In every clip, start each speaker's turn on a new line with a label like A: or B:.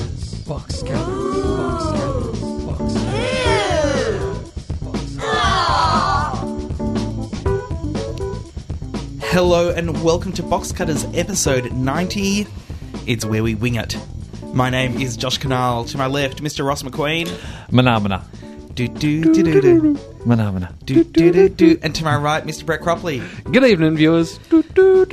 A: Fox Cannibals. Fox Cannibals. Fox Cannibals.
B: Hello and welcome to Box Cutters episode 90. It's where we wing it. My name is Josh Canal. To my left, Mr. Ross McQueen.
C: Phenomena.
B: Do do do do do
C: Phenomena.
B: do do do do. And to my right, Mr. Brett Cropley.
D: Good evening, viewers.
C: Phenomena.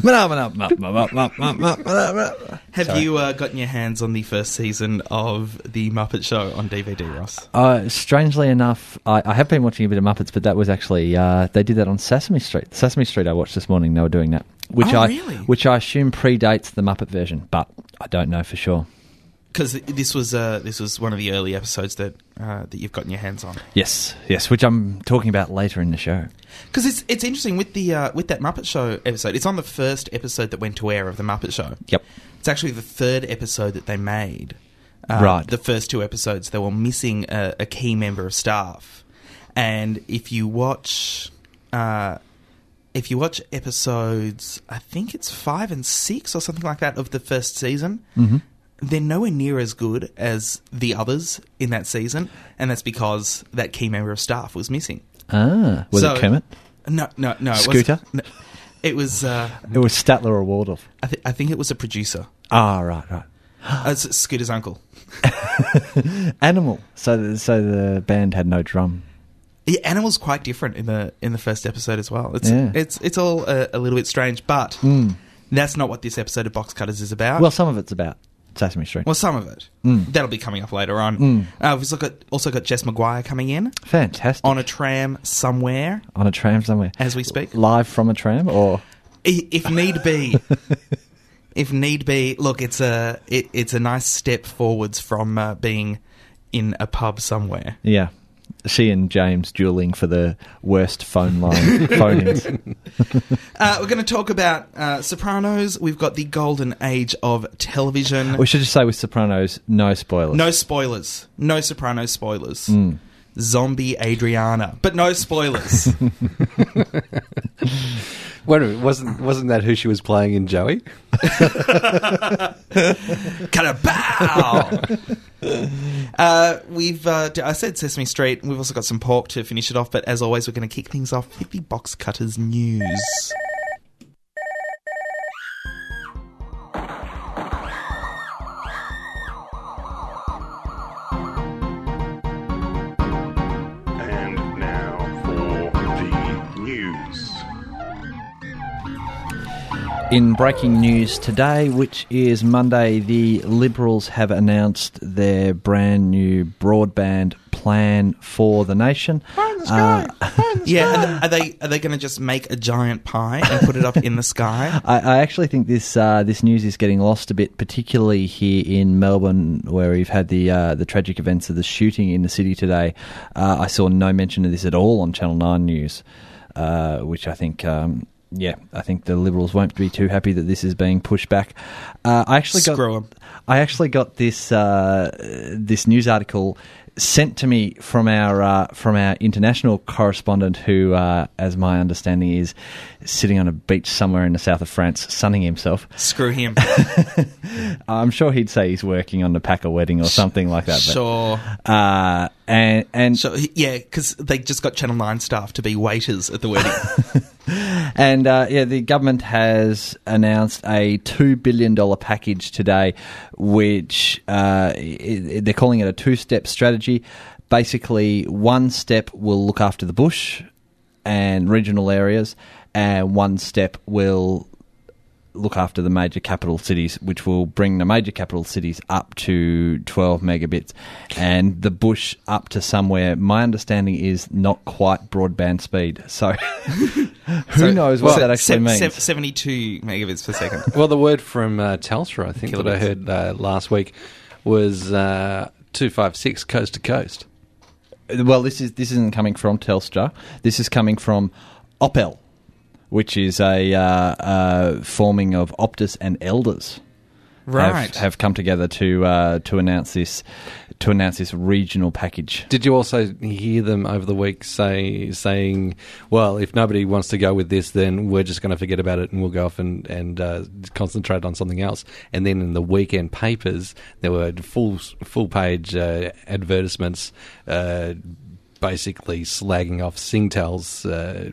C: Phenomena. Phenomena. Phenomena.
B: Have you uh, gotten your hands on the first season of the Muppet Show on DVD, Ross?
C: Uh, strangely enough, I, I have been watching a bit of Muppets, but that was actually uh, they did that on Sesame Street. Sesame Street, I watched this morning. They were doing that, which
B: Oh,
C: I
B: really?
C: which I assume predates the Muppet version, but I don't know for sure.
B: Because this was uh, this was one of the early episodes that uh, that you've gotten your hands on.
C: Yes, yes, which I'm talking about later in the show.
B: Because it's it's interesting with the uh, with that Muppet Show episode. It's on the first episode that went to air of the Muppet Show.
C: Yep.
B: It's actually the third episode that they made. Um,
C: Right.
B: The first two episodes, they were missing a, a key member of staff, and if you watch, uh, if you watch episodes, I think it's five and six or something like that of the first season.
C: hmm
B: They're nowhere near as good as the others in that season, and that's because that key member of staff was missing.
C: Ah, was
B: So-
C: it Kermit?
B: No, no, no. It
C: Scooter?
B: Was, no, it was. Uh,
C: It was Statler or Waldorf.
B: I, th- I think it was a producer.
C: Ah, right, right.
B: Uh, it's Scooter's uncle.
C: Animal. So, the, so the band had no drum.
B: Yeah, animals quite different in the in the first episode as well. It's
C: Yeah.
B: it's it's all a, a little bit strange, but
C: Mm.
B: that's not what this episode of Box Cutters is about.
C: Well, some of it's about Sesame Street.
B: Well, some of it
C: Mm.
B: that'll be coming up later on.
C: Mm.
B: Uh, we've also got also got Jess McGuire coming in
C: Fantastic.
B: on a tram somewhere
C: on a tram somewhere.
B: as we speak, I-
C: Live from a tram or
B: if need be. if need be, look, it's a it, it's a nice step forwards from uh, being in a pub somewhere.
C: Yeah. She and James dueling for the worst phone line phone ins.
B: Uh, we're going to talk about uh, Sopranos. We've got the golden age of television.
C: We should just say with Sopranos, no spoilers.
B: No spoilers. No Sopranos spoilers.
C: Mm.
B: Zombie Adriana, but no spoilers.
D: Wait a minute, wasn't wasn't that who she was playing in Joey?
B: kind of bow. uh, we've uh, d- I said Sesame Street. We've also got some pork to finish it off. But as always, we're going to kick things off with the box cutters news.
E: And now for the news.
C: In breaking news today, which is Monday, the Liberals have announced their brand new broadband plan for the nation. Uh,
B: Yeah, are they are they going to just make a giant pie and put it up in the sky?
C: I, I actually think this uh, this news is getting lost a bit, particularly here in Melbourne, where we've had the uh, the tragic events of the shooting in the city today. Uh, I saw no mention of this at all on Channel Nine News, uh, which I think. Um, yeah, I think the Liberals won't be too happy that this is being pushed back. Uh, I actually got
B: Screw 'em.
C: I actually got this uh, this news article sent to me from our uh, from our international correspondent, who, uh, as my understanding is, sitting on a beach somewhere in the south of France, sunning himself.
B: Screw him.
C: I'm sure he'd say he's working on the Packer wedding or something like that. but-
B: Sure.
C: Uh, and and
B: So yeah, because they just got Channel Nine staff to be waiters at the wedding.
C: And uh, yeah, the government has announced a two billion dollar package today, which uh, i- i- they're calling it a two step strategy. Basically, one step will look after the bush and regional areas, and one step will look after the major capital cities, which will bring the major capital cities up to 12 megabits and the bush up to somewhere. My understanding is not quite broadband speed. So who knows what
B: Se-
C: that actually
B: se-
C: means?
B: se- Seventy-two megabits per second.
D: Well, the word from uh, Telstra, I think, that I
B: Kilobits.
D: heard uh, last week was uh, two five six coast to coast.
C: well, this is this isn't coming from Telstra. This is coming from Opel, which is a uh, uh, forming of Optus and Elders.
B: Right.
C: have, have come together to uh, to announce this to announce this regional package.
D: Did you also hear them over the week say saying, "Well, if nobody wants to go with this, then we're just going to forget about it and we'll go off and and uh, concentrate on something else." And then in the weekend papers, there were full full page uh, advertisements. Uh, Basically slagging off Singtel's uh,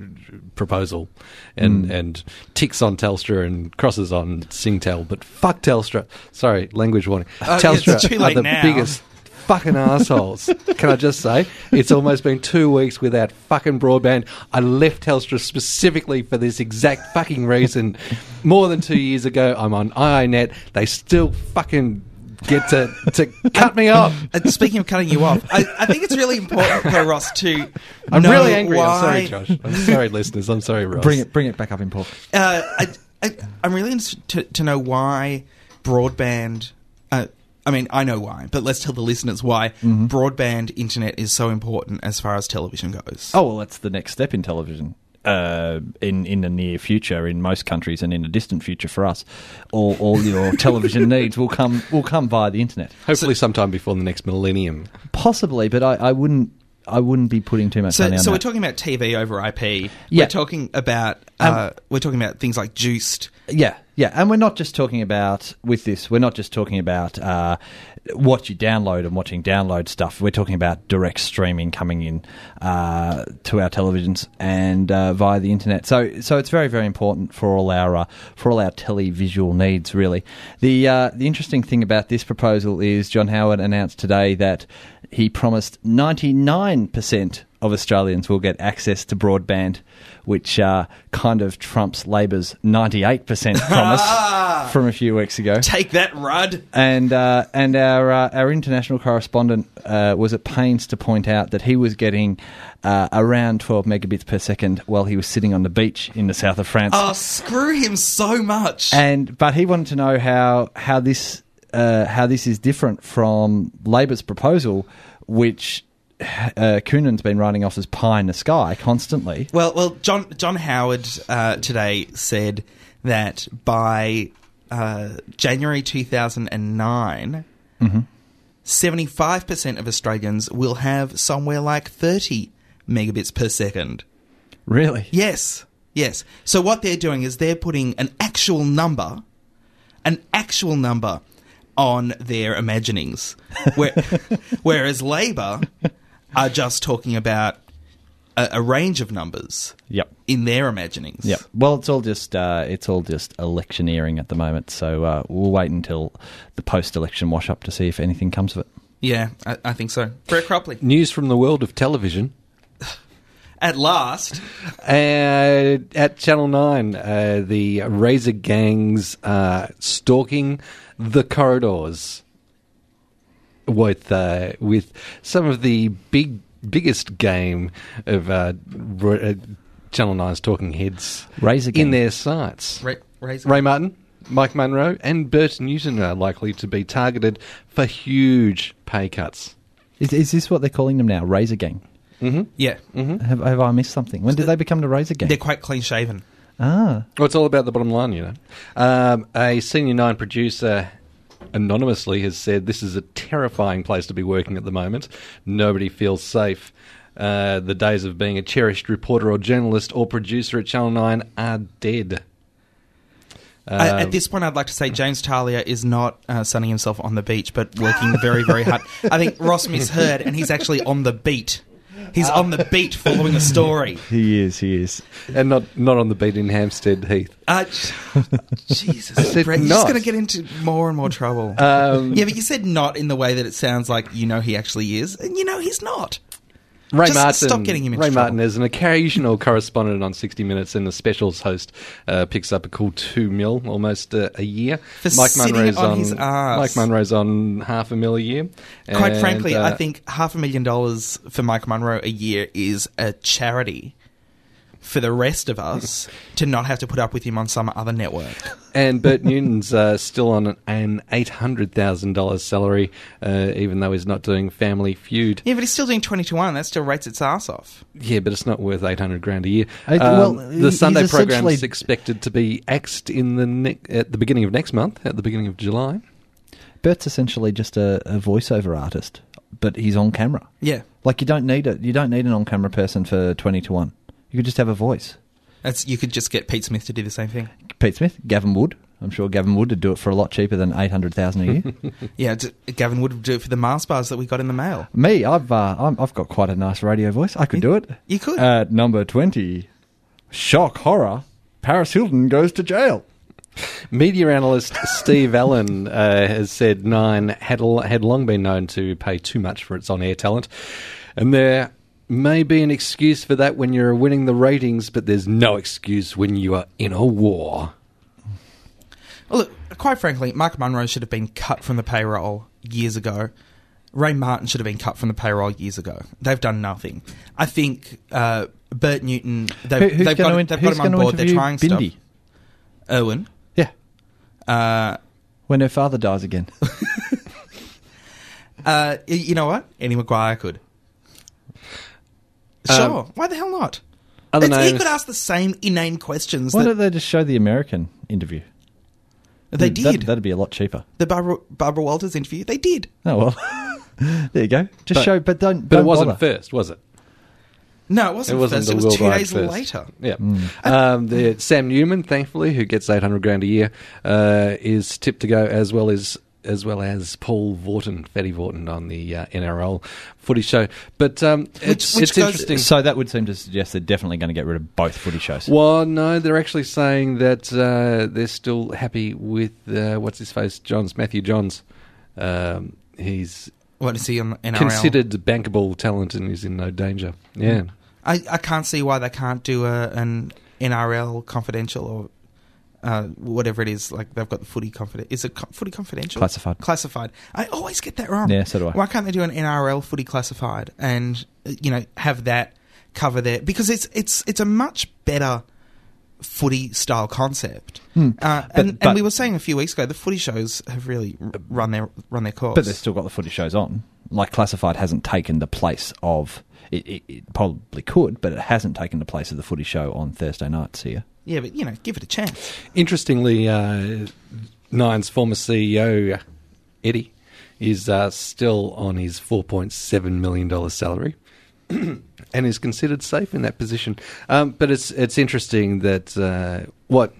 D: proposal, and
B: Hmm.
D: and ticks on Telstra and crosses on Singtel, but fuck Telstra. Sorry, language warning.
B: Uh,
D: Telstra
B: it's too
D: are
B: late
D: the
B: now.
D: biggest fucking assholes. Can I just say, it's almost been two weeks without fucking broadband. I left Telstra specifically for this exact fucking reason. More than two years ago, I'm on IINet. They still fucking get to to cut me off.
B: And Uh, speaking of cutting you off, I, I think it's really important for Ross to.
D: I'm
B: know
D: really angry.
B: Why,
D: I'm sorry, Josh. I'm sorry, listeners. I'm sorry, Ross.
C: Bring it bring it back up in Paul.
B: Uh, I, I, I'm really interested to, to know why broadband. Uh, I mean, I know why, but let's tell the listeners why
C: Mm-hmm.
B: broadband internet is so important as far as television goes.
C: Oh well, that's the next step in television. Uh, in in the near future, in most countries, and in the distant future for us, all all your television needs will come will come via the internet.
D: Hopefully, sometime before the next millennium.
C: Possibly, but I, I wouldn't I wouldn't be putting too much
B: So,
C: money on
B: so we're
C: that.
B: talking about TV over IP.
C: Yeah.
B: We're talking about
C: Um,
B: uh, we're talking about things like Juiced.
C: Yeah, yeah, and we're not just talking about with this. We're not just talking about uh, what you download and watching download stuff. We're talking about direct streaming coming in uh, to our televisions and uh, via the internet. So, so it's very, very important for all our uh, for all our televisual needs. Really, the uh, the interesting thing about this proposal is John Howard announced today that he promised ninety nine percent of Australians will get access to broadband, which uh, kind of trumps Labor's 98% promise from a few weeks ago.
B: Take that, Rudd.
C: And uh, and our uh, our international correspondent uh, was at pains to point out that he was getting uh, around 12 megabits per second while he was sitting on the beach in the south of France.
B: Oh, screw him so much.
C: And but he wanted to know how how this uh, how this is different from Labor's proposal, which uh, Coonan's been writing off as pie in the sky constantly.
B: Well, well, John John Howard uh, today said that by uh, January two thousand and nine. 75% of Australians will have somewhere like 30 megabits per second.
C: Really?
B: Yes, yes. So what they're doing is they're putting an actual number, an actual number on their imaginings, where, whereas Labor are just talking about a, a range of numbers
C: Yep.
B: in their imaginings.
C: Yep. Well, it's all just uh, it's all just electioneering at the moment. So uh, we'll wait until the post-election wash-up to see if anything comes of it.
B: Yeah, I, I think so. Brett Cropley.
D: News from the world of television.
B: At last,
D: Uh, at Channel 9, uh, the Razor Gangs uh, stalking the corridors with, uh, with some of the big biggest game of uh, Ro- uh, Channel 9's talking heads
C: Razor
D: in
C: Gang.
D: their sights.
B: Ray, Ray's
D: Ray Martin, Mike Munro, and Bert Newton are likely to be targeted for huge pay cuts.
C: Is, is this what they're calling them now? Razor Gang.
B: Yeah,
D: Mm-hmm.
C: Have, have I missed something? When did they become Hmm? the Razor Gang?
B: they're quite clean shaven.
C: ah,
D: Well, it's all about the bottom line, you know. Um, a senior nine producer anonymously has said this is a terrifying place to be working at the moment. Nobody feels safe. Uh, the days of being a cherished reporter or journalist or producer at Channel 9 are dead.
B: I-
D: Um,
B: at this point, I'd like to say James Talia is not uh, sunning himself on the beach, but working very, very hard. I think Ross misheard, and he's actually on the beat. He's on the beat following the story.
C: he is. He is.
D: And not, not on the beat in Hampstead Heath.
B: Uh, j- Jesus,
D: said
B: Brett, you're
D: not.
B: just going to get into more and more trouble.
D: Um,
B: yeah, but you said not in the way that it sounds like you know he actually is, and you know he's not.
D: Ray
B: Just
D: Martin.
B: stop getting him into
D: Ray
B: trouble.
D: Martin is an occasional correspondent on 60 Minutes, and the specials host uh, picks up a cool two mil almost uh, a year.
B: For sitting on his arse.
D: Mike Munro's on half a mil a year.
B: Quite
D: And,
B: frankly, I
D: uh,
B: think half a million dollars for Mike Munro a year is a charity. for the rest of us to not have to put up with him on some other network.
D: And Bert Newton's uh, still on an- an eight hundred thousand dollars salary, uh, even though he's not doing Family Feud.
B: Yeah, but he's still doing 20 to 1. That still rates its ass off.
D: Yeah, but it's not worth eight hundred grand a year.
C: I-
D: Um,
C: well,
D: the
C: he's
D: Sunday program is
C: essentially-
D: expected to be axed in the ne- at the beginning of next month, at the beginning of July.
C: Bert's essentially just a, a voiceover artist, but he's on camera.
B: Yeah.
C: Like you don't need it. You don't need an on-camera person for twenty to one. You could just have a voice.
B: That's, you could just get Pete Smith to do the same thing.
C: Pete Smith, Gavin Wood. I'm sure Gavin Wood would do it for a lot cheaper than eight hundred thousand a year.
B: Yeah, d- Gavin would do it for the Mars bars that we got in the mail.
C: Me, I've uh, I'm, I've got quite a nice radio voice. I could do it.
B: You could.
C: At number twenty, shock horror. Paris Hilton goes to jail.
D: Media analyst Steve Allen uh, has said Nine had l- had long been known to pay too much for its on-air talent, and there may be an excuse for that when you're winning the ratings, but there's no excuse when you are in a war.
B: Well, look, quite frankly, Mark Munro should have been cut from the payroll years ago. Ray Martin should have been cut from the payroll years ago. They've done nothing. I think uh, Bert Newton. They've,
C: Who- who's
B: they've,
C: gonna
B: got,
C: in-
B: they've got
C: who's
B: him on
C: gonna
B: board. They're
C: interview
B: trying
C: Bindi?
B: stuff. Irwin.
C: Yeah,
B: Uh,
C: when her father dies again.
B: uh, y- you know what? Eddie McGuire could. Sure. Why the hell not?
D: Other
B: It's- he
D: names-
B: could ask the same inane questions
C: Why
B: that
C: don't they just show the American interview?
B: they
C: That-
B: did.
C: That'd be a lot cheaper.
B: the Barbara, Barbara Walters interview. They did.
C: Oh well, there you go. Just
D: But-
C: show, but don't.
D: But
C: don't
D: it wasn't
C: bother.
D: first, was it?
B: No, it wasn't, first.
D: the
B: It was
D: Will
B: two
D: Wright
B: days
D: first.
B: later.
D: Yeah. Um, the, Sam Newman, thankfully, who gets eight hundred grand a year, uh, is tipped to go as well as as well as Paul Vorton, Fatty Vorton on the uh, NRL footy show. But um, it's,
B: which
D: it's
B: goes-
D: interesting.
C: So that would seem to suggest they're definitely going to get rid of both footy shows.
D: Well, no, they're actually saying that uh, they're still happy with uh, what's his face, Johns Matthew Johns. Um, he's
B: What is he on the NRL?
D: considered bankable talent and is in no danger. Yeah.
B: I, I can't see why they can't do a, an NRL confidential or uh, whatever it is. Like they've got the footy confidential. Is it co- footy confidential?
C: Classified.
B: Classified. I always get that wrong.
C: Yeah, so do I.
B: Why can't they do an NRL footy classified and uh, you know have that cover there? Because it's it's it's a much better footy style concept. Uh, and,
C: Hmm. But- but-
B: and we were saying a few weeks ago, the footy shows have really r- run their run their course.
C: But they've still got the footy shows on. Like Classified hasn't taken the place of it, it, it probably could, but it hasn't taken the place of the footy show on Thursday nights here.
B: yeah, but you know, give it a chance.
D: Interestingly, uh, Nine's former CEO, Eddie, is uh, still on his $4.7 million salary. and is considered safe in that position. Um, but it's it's interesting that uh, what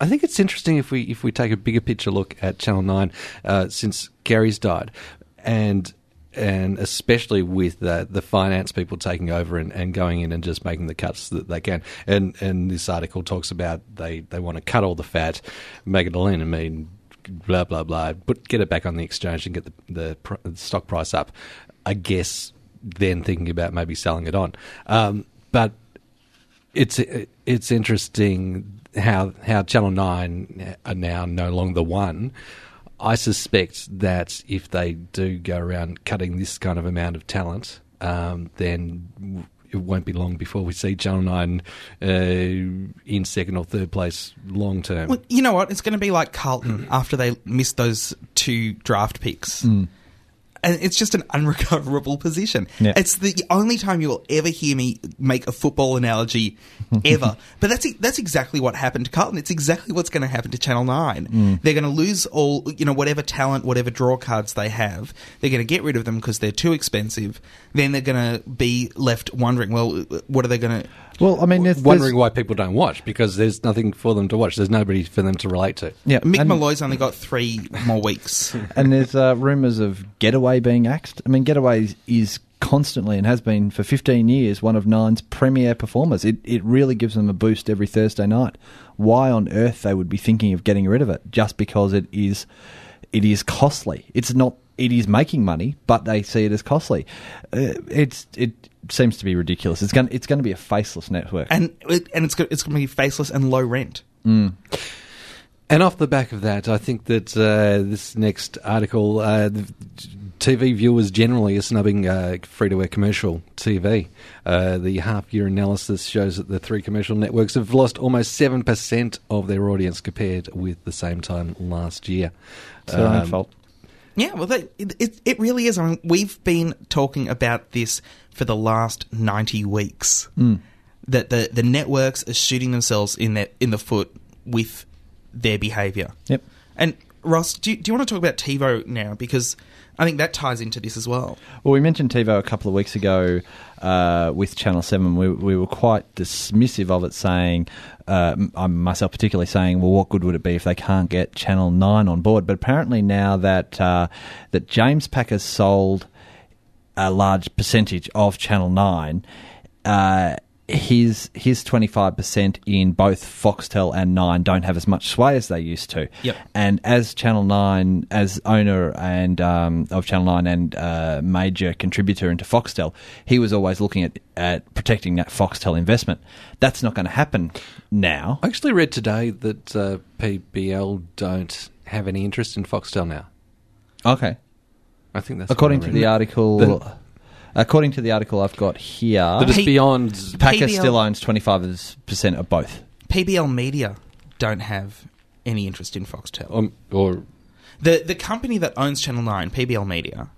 D: I think it's interesting if we if we take a bigger picture look at Channel Nine uh, since Gary's died, and and especially with uh, the finance people taking over and, and going in and just making the cuts that they can. And and this article talks about they, they want to cut all the fat, make it a lean and mean blah blah blah. But get it back on the exchange and get the the, pr- the stock price up. I guess then thinking about maybe selling it on. Um, but it's it's interesting how how Channel Nine are now no longer the one. I suspect that if they do go around cutting this kind of amount of talent, um, then w- it won't be long before we see Channel Nine uh, in second or third place long term.
B: Well, you know what? It's going to be like
C: Mm.
B: Carlton after they missed those two draft picks. And it's just an unrecoverable position.
C: Yeah.
B: It's the only time you will ever hear me make a football analogy ever. but that's e, that's exactly what happened to Carlton. It's exactly what's going to happen to Channel 9.
C: Mm.
B: They're going to lose all, you know, whatever talent, whatever draw cards they have. They're going to get rid of them because they're too expensive. Then they're going to be left wondering, well, what are they going to
C: Well, I mean, there's,
D: Wondering why people don't watch because there's nothing for them to watch. There's nobody for them to relate to.
C: yeah,
B: Mick
C: and,
B: Malloy's only got 3 more weeks.
C: and there's uh, rumours of Getaway being axed. I mean, Getaway is- is constantly and has been for 15 years one of Nine's premier performers. It it really gives them a boost every Thursday night. Why on earth they would be thinking of getting rid of it just because it is it is costly. It's not it is making money, but they see it as costly. Uh, it's it seems to be ridiculous. It's going it's going to be a faceless network.
B: and it, and it's go- it's going to be faceless and low rent.
D: And off the back of that, I think that uh, this next article, uh, TV viewers generally are snubbing uh, free-to-air commercial TV. Uh, the half-year analysis shows that the three commercial networks have lost almost seven percent of their audience compared with the same time last year.
C: It's their own
D: Um,
C: fault.
B: Yeah, well, that, it, it, it really is. I mean, we've been talking about this for the last 90 weeks. That the, the networks are shooting themselves in, their, in the foot with their behaviour.
C: Yep.
B: And Ross, do you, do you want to talk about TiVo now? Because I think that ties into this as well.
C: Well, we mentioned TiVo a couple of weeks ago uh, with Channel 7. We, we were quite dismissive of it, saying, uh, m- I- myself particularly, saying, well, what good would it be if they can't get Channel 9 on board? But apparently, now that, uh, that James Pack has sold a large percentage of Channel 9, uh, his his 25% in both Foxtel and 9 don't have as much sway as they used to.
B: Yep.
C: And as Channel Nine, as owner and um, of Channel Nine and uh, major contributor into Foxtel, he was always looking at, at protecting that Foxtel investment. That's not going to happen now.
D: I actually read today that uh, PBL don't have any interest in Foxtel now.
C: Okay.
D: I think that's
C: According
D: what
C: to
D: I
C: the
D: read.
C: article,
D: The-
C: according to the article I've got here,
D: That it's
B: P-
D: beyond
C: Packer
B: PBL
C: still owns twenty five percent of both.
B: PBL Media don't have any interest in Foxtel.
D: um, or
B: The the company that owns Channel Nine, PBL Media,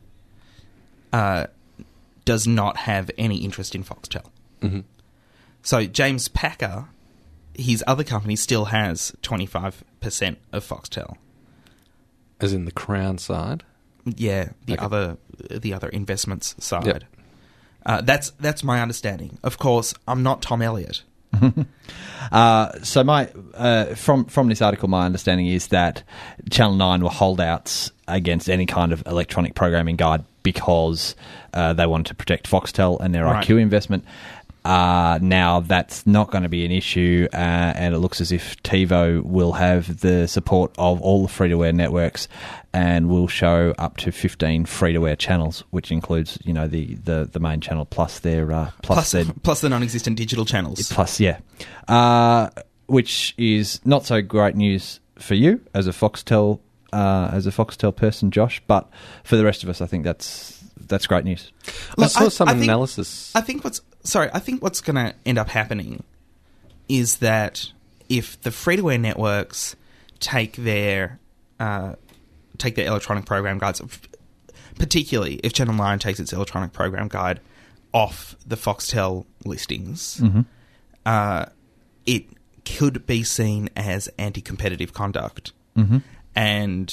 B: uh, does not have any interest in Foxtel.
D: Mhm.
B: So James Packer, his other company, still has twenty five percent of Foxtel.
D: as in the Crown side.
B: Yeah, the
D: Okay.
B: other the other investments side.
D: Yep.
B: Uh, that's that's my understanding. Of course, I'm not Tom Elliott.
C: Uh, so my uh, from from this article, my understanding is that Channel Nine were holdouts against any kind of electronic programming guide because uh, they wanted to protect Foxtel and their
B: Right.
C: IQ investment. Uh, now that's not going to be an issue, uh, and it looks as if TiVo will have the support of all the free-to-air networks, and will show up to fifteen free-to-air channels, which includes you know the the, the main channel plus their uh, plus
B: Plus,
C: their
B: plus the non-existent digital channels.
C: Plus, yeah. Uh, which is not so great news for you as a Foxtel uh, as a Foxtel person, Josh, but for the rest of us, I think that's that's great news.
B: Look,
D: I saw
B: I-
D: some
B: I think-
D: analysis.
B: I think what's sorry, I think what's going to end up happening is that if the free-to-air networks take their uh, take their electronic program guides, f- particularly if Channel Nine takes its electronic program guide off the Foxtel listings,
C: Mm. Mm-hmm.
B: uh, it could be seen as anti-competitive conduct,
C: Mm-hmm.
B: and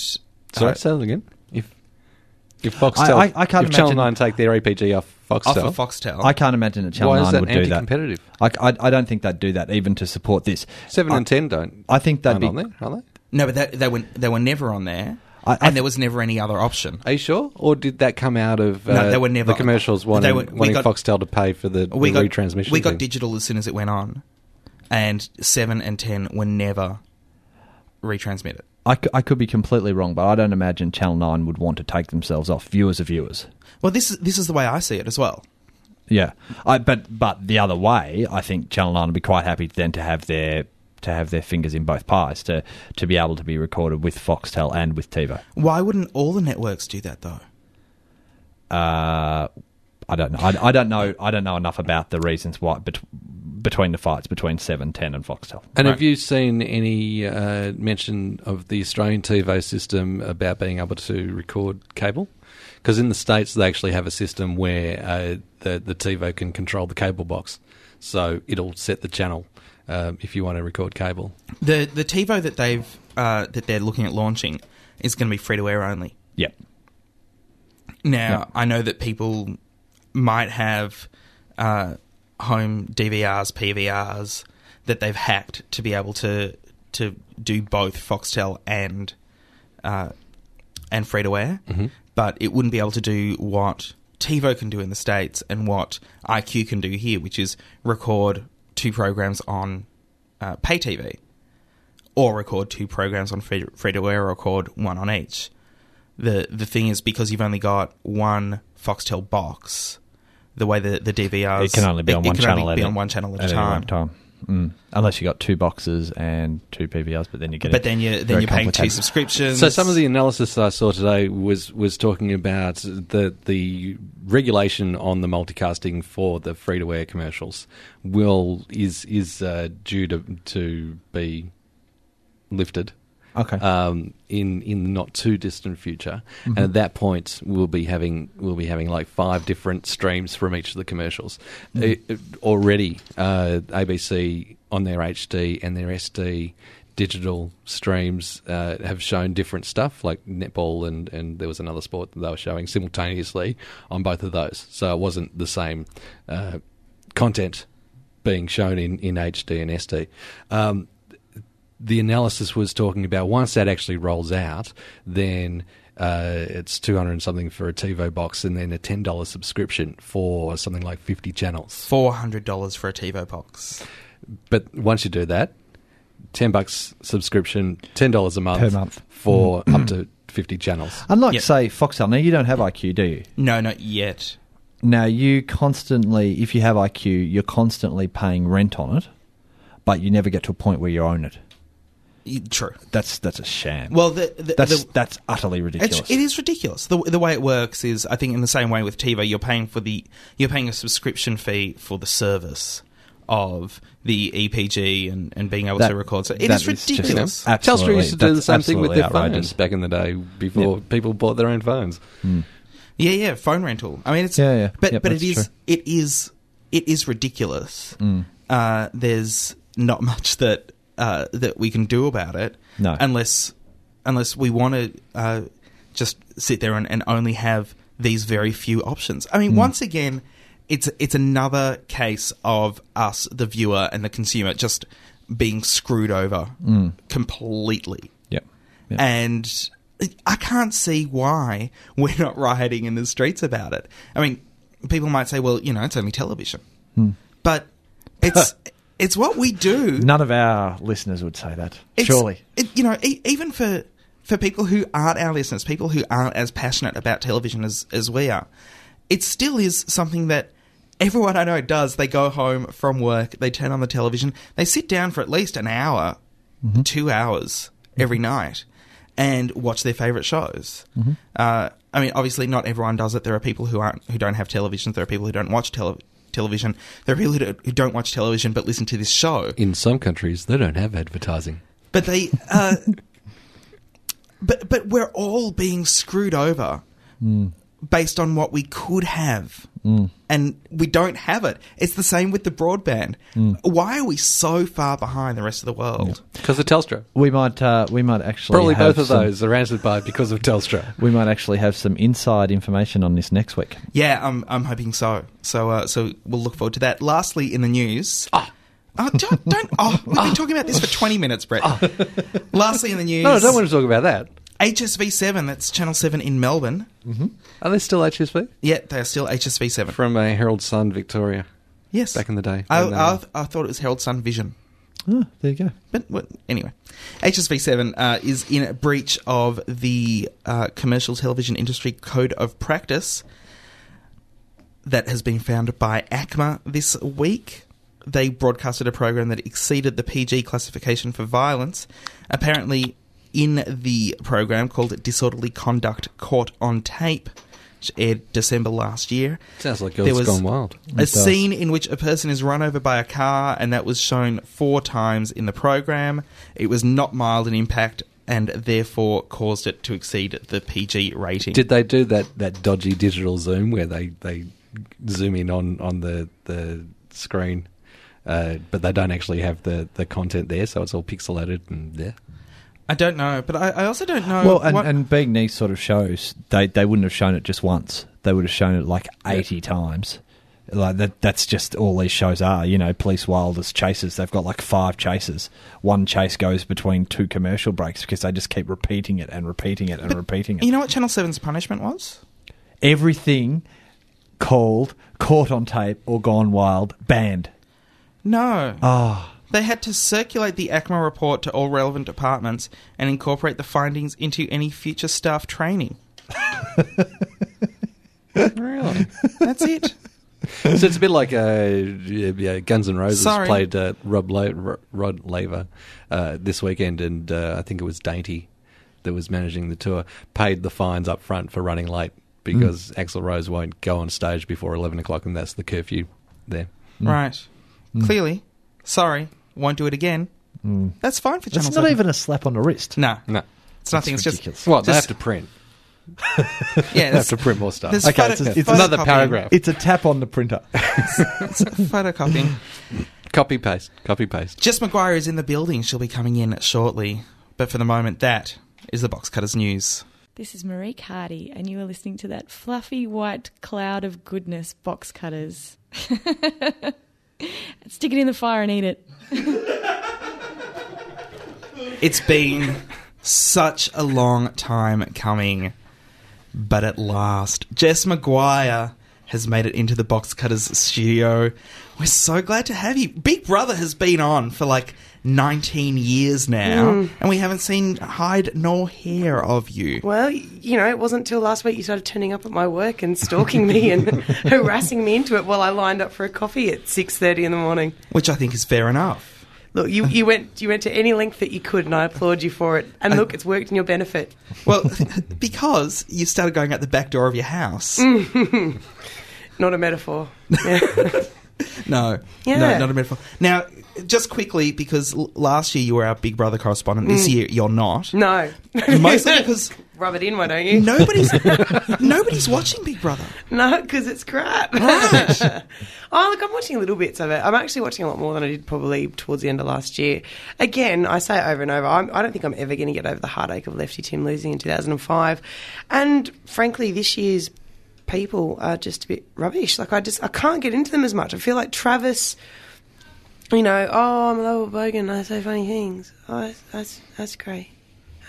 D: Sorry,
B: uh,
D: say that again. If if Foxtel,
C: I- I can't
D: if Channel
C: imagine-
D: Nine take their APG off
B: off
D: Foxtel,
B: of Foxtel,
C: I can't imagine that Channel
D: Oh. why is
C: Nine
D: that
C: would do that.
D: anti-competitive?
C: I, I, I don't think they'd do that even to support this.
D: Seven
C: I,
D: and ten don't.
C: I think that'd
D: aren't
C: be-
D: on there, are they?
B: no, but that, they were they were never on there,
C: I- I
B: and
C: th-
B: there was never any other option.
D: Are you sure, or did that come out of uh,
B: No, they were never-
D: the commercials wanting,
B: they were- we
D: wanting
B: got-
D: Foxtel to pay for the,
B: we
D: the
B: got
D: retransmission?
B: We got
D: thing?
B: digital as soon as it went on, and seven and ten were never retransmitted.
C: I, cou- I could be completely wrong, but I don't imagine Channel Nine would want to take themselves off. Viewers are viewers.
B: Well, this is this is the way I see it as well.
C: Yeah, I but but the other way, I think Channel Nine would be quite happy then to have their to have their fingers in both pies to to be able to be recorded with Foxtel and with TiVo.
B: Why wouldn't all the networks do that though?
C: Uh, I don't know. I, I don't know. I don't know enough about the reasons why bet- between the fights between Seven Ten and Foxtel.
D: And
B: Right.
D: have you seen any uh, mention of the Australian TiVo system about being able to record cable? Because in the states they actually have a system where uh, the the TiVo can control the cable box, so it'll set the channel um, if you want to record cable.
B: The the TiVo that they've uh, that they're looking at launching is going to be free to air only.
C: Yep.
B: Now
C: Yeah.
B: I know that people might have uh, home DVRs, PVRs that they've hacked to be able to to do both Foxtel and uh, and free to air, but it wouldn't be able to do what TiVo can do in the states and what IQ can do here, which is record two programs on uh, pay TV or record two programs on free to air, or record one on each the the thing is because you've only got one Foxtel box, the way the the DVRs
C: It can only be on one
B: can
C: channel
B: only
C: at
B: be
C: a-
B: on one channel at, a
C: any
B: time.
C: one time. Mm. Unless you got two boxes and two PVRs, but then you get.
B: But then you then
C: very
B: you're paying two
C: complicated.
B: subscriptions.
D: So some of the analysis that I saw today was was talking about the the regulation on the multicasting for the free to air commercials will is is uh, due to to be lifted
C: okay.
B: Uh,
D: um, in in the not too distant future, and at that point we'll be having we'll be having like five different streams from each of the commercials. It- it- already, uh, ABC on their HD and their SD digital streams uh, have shown different stuff like netball and and there was another sport that they were showing simultaneously on both of those. So it wasn't the same uh, content being shown in, in HD and SD. Um, the analysis was talking about once that actually rolls out, then uh, it's two hundred and something for a TiVo box, and then a ten dollar subscription for something like fifty channels.
B: four hundred dollars for a TiVo box.
D: But once you do that, ten bucks subscription, ten dollars a month
C: Per month. Mm.
D: for up to fifty channels.
C: Unlike
B: Yep.
C: say Foxtel, now you don't have IQ, do you?
B: No, not yet.
C: Now you constantly, if you have IQ, you're constantly paying rent on it, but you never get to a point where you own it.
B: Y- True.
C: That's that's a sham.
B: Well, the, the,
C: that's
B: the,
C: that's utterly
B: it's,
C: ridiculous.
B: it is ridiculous. The, the way it works is, I think, in the same way with TiVo, you're paying for the you're paying a subscription fee for the service of the EPG and, and being able
C: That-
B: to record. So it
C: that
B: is
C: is just-
B: ridiculous.
C: ab-
D: Telstra used to do the
C: Absolutely.
D: same thing with
C: That's
D: their
C: absolutely
D: phones
C: outrageous.
D: back in the day before people bought their own phones.
B: yeah, yeah, phone rental. I mean, it's
C: Yeah, yeah.
B: but
C: Yep,
B: but it
C: that's
B: is
C: true. Mm.
B: it is it is ridiculous. Uh, there's not much that uh, that we can do about it.
C: No.
B: unless unless we want to uh, just sit there and, and only have these very few options. I
C: Mm.
B: mean, once again, it's it's another case of us, the viewer and the consumer, just being screwed over
C: Mm.
B: completely.
C: Yep. Yep.
B: And I can't see why we're not rioting in the streets about it. I mean, people might say, well, you know, it's only television. But it's it's what we do.
C: None of our listeners would say that.
B: It's-
C: surely.
B: it- you know, e- even for for people who aren't our listeners, people who aren't as passionate about television as as we are, it still is something that everyone I know does. They go home from work, they turn on the television, they sit down for at least an hour, two hours every night, and watch their favorite shows. Uh, I mean, obviously, not everyone does it. There are people who aren't who don't have televisions. There are people who don't watch tele- television. There are people who don't, who don't watch television but listen to this show
D: In some countries, they don't have advertising.
B: but they uh, but but we're all being screwed over
D: Mm.
B: based on what we could have and we don't have it it's the same with the broadband
D: Mm.
B: why are we so far behind the rest of the world
D: Because of Telstra.
C: We might uh, we might actually
D: Probably
C: have
D: both of
C: some-
D: those are answered by because of Telstra.
C: We might actually have some inside information on this next week.
B: yeah i'm i'm hoping so so uh, so we'll look forward to that lastly in the news
D: Ah.
B: Oh, don't, don't, oh, we've been talking about this for 20 minutes, Brett. Lastly in the news,
D: Ah. No, I don't want to talk about that.
B: HSV7, that's Channel 7 in Melbourne.
D: Mm. Are they still HSV?
B: Yeah, they are still HSV7.
D: From a Herald Sun, Victoria.
B: Yes.
D: Back in the day.
B: I,
D: When, uh,
B: I, th- I thought it was Herald Sun Vision.
C: Oh, there you go.
B: But what, anyway, HSV7 uh, is in breach of the uh, Commercial Television Industry Code of Practice that has been found by ACMA this week. They broadcasted a program that exceeded the PG classification for violence. Apparently, in the program called Disorderly Conduct Caught on Tape, which aired December last year,
D: Sounds like
B: there
D: Girls
B: was-
D: Gone Wild.
B: a
C: does.
B: scene in which a person is run over by a car, and that was shown four times in the program. It was not mild in impact, and therefore caused it to exceed the PG rating.
D: Did they do that, that dodgy digital zoom where they, they zoom in on, on the, the screen, uh, but they don't actually have the, the content there, so it's all pixelated and there?
B: I don't know, but I, I also don't
F: Um,
B: know.
C: Well, and,
B: what-
C: and being these sort of shows, they, they wouldn't have shown it just once. They would have shown it like eighty times. Like that. That's just all these shows are. You know, police wilders chases. They've got like five chases. One chase goes between two commercial breaks because they just keep repeating it and repeating it and repeating it.
B: you know what Channel 7's punishment was?
C: Everything called, caught on tape, or gone wild, banned.
B: No.
C: Ah,
B: They had to circulate the ACMA report to all relevant departments and incorporate the findings into any future staff training.
D: Really?
B: That's it.
D: so it's a bit like uh, yeah, Guns N' Roses
B: Sorry.
D: played uh, Rob La- R- Rod Laver uh, this weekend, and uh, I think it was Dainty that was managing the tour paid the fines up front for running late because
B: Hmm.
D: Axl Rose won't go on stage before eleven o'clock, and that's the curfew there.
F: Mm.
B: Right. Clearly. Sorry. Won't do it again.
F: Mm.
B: That's fine for Channel
F: It's
B: 7.
F: not even a slap on the wrist.
B: No.
D: No,
B: It's nothing. It's
F: ridiculous.
B: just.
D: well, they have
B: Just-
D: to print.
B: Yeah,
D: They have
B: there's,
D: to print more stuff.
B: there's
F: Okay,
B: photo-
F: it's a-
B: there's
F: it's another
B: photocopying.
D: paragraph.
F: It's a tap on the printer.
B: It's photocopying.
D: Copy paste, copy paste.
B: Jess McGuire is in the building. She'll be coming in shortly. But for the moment, that is the Box Cutters news.
G: This is Marie Cardi, and you are listening to that fluffy white cloud of goodness box cutters. Stick it in the fire and eat it.
B: It's been such a long time coming, but at last, Jess McGuire has made it into the Box Cutters studio. We're so glad to have you. Big Brother has been on for like 19 years now, and we haven't seen hide nor hair of you.
H: Well, you know, it wasn't till last week you started turning up at my work and stalking me and harassing me into it while I lined up for a coffee at six thirty in the morning.
B: Which I think is fair enough.
H: Look, you, you went you went to any length that you could, and I applaud you for it. And look, it's worked in your benefit.
B: Well, because you started going out the back door of your house.
H: Not a metaphor. Yeah.
B: No,
H: Yeah.
B: no, not a metaphor. Now, just quickly, because l- last year you were our Big Brother correspondent. This year you're not.
H: no,
B: Mostly because
H: rub it in, why don't you?
B: nobody's nobody's watching Big Brother.
H: No, because it's crap. oh, look, I'm watching little bits of it. I'm actually watching a lot more than I did probably towards the end of last year. Again, I say it over and over. I'm, I don't think I'm ever going to get over the heartache of Lefty Tim losing in 2005. And frankly, this year's people are just a bit rubbish. Like, I just I can't get into them as much. I feel like Travis. You know, oh, I'm a lovable bogan. I say funny things. Oh, that's, that's, that's great.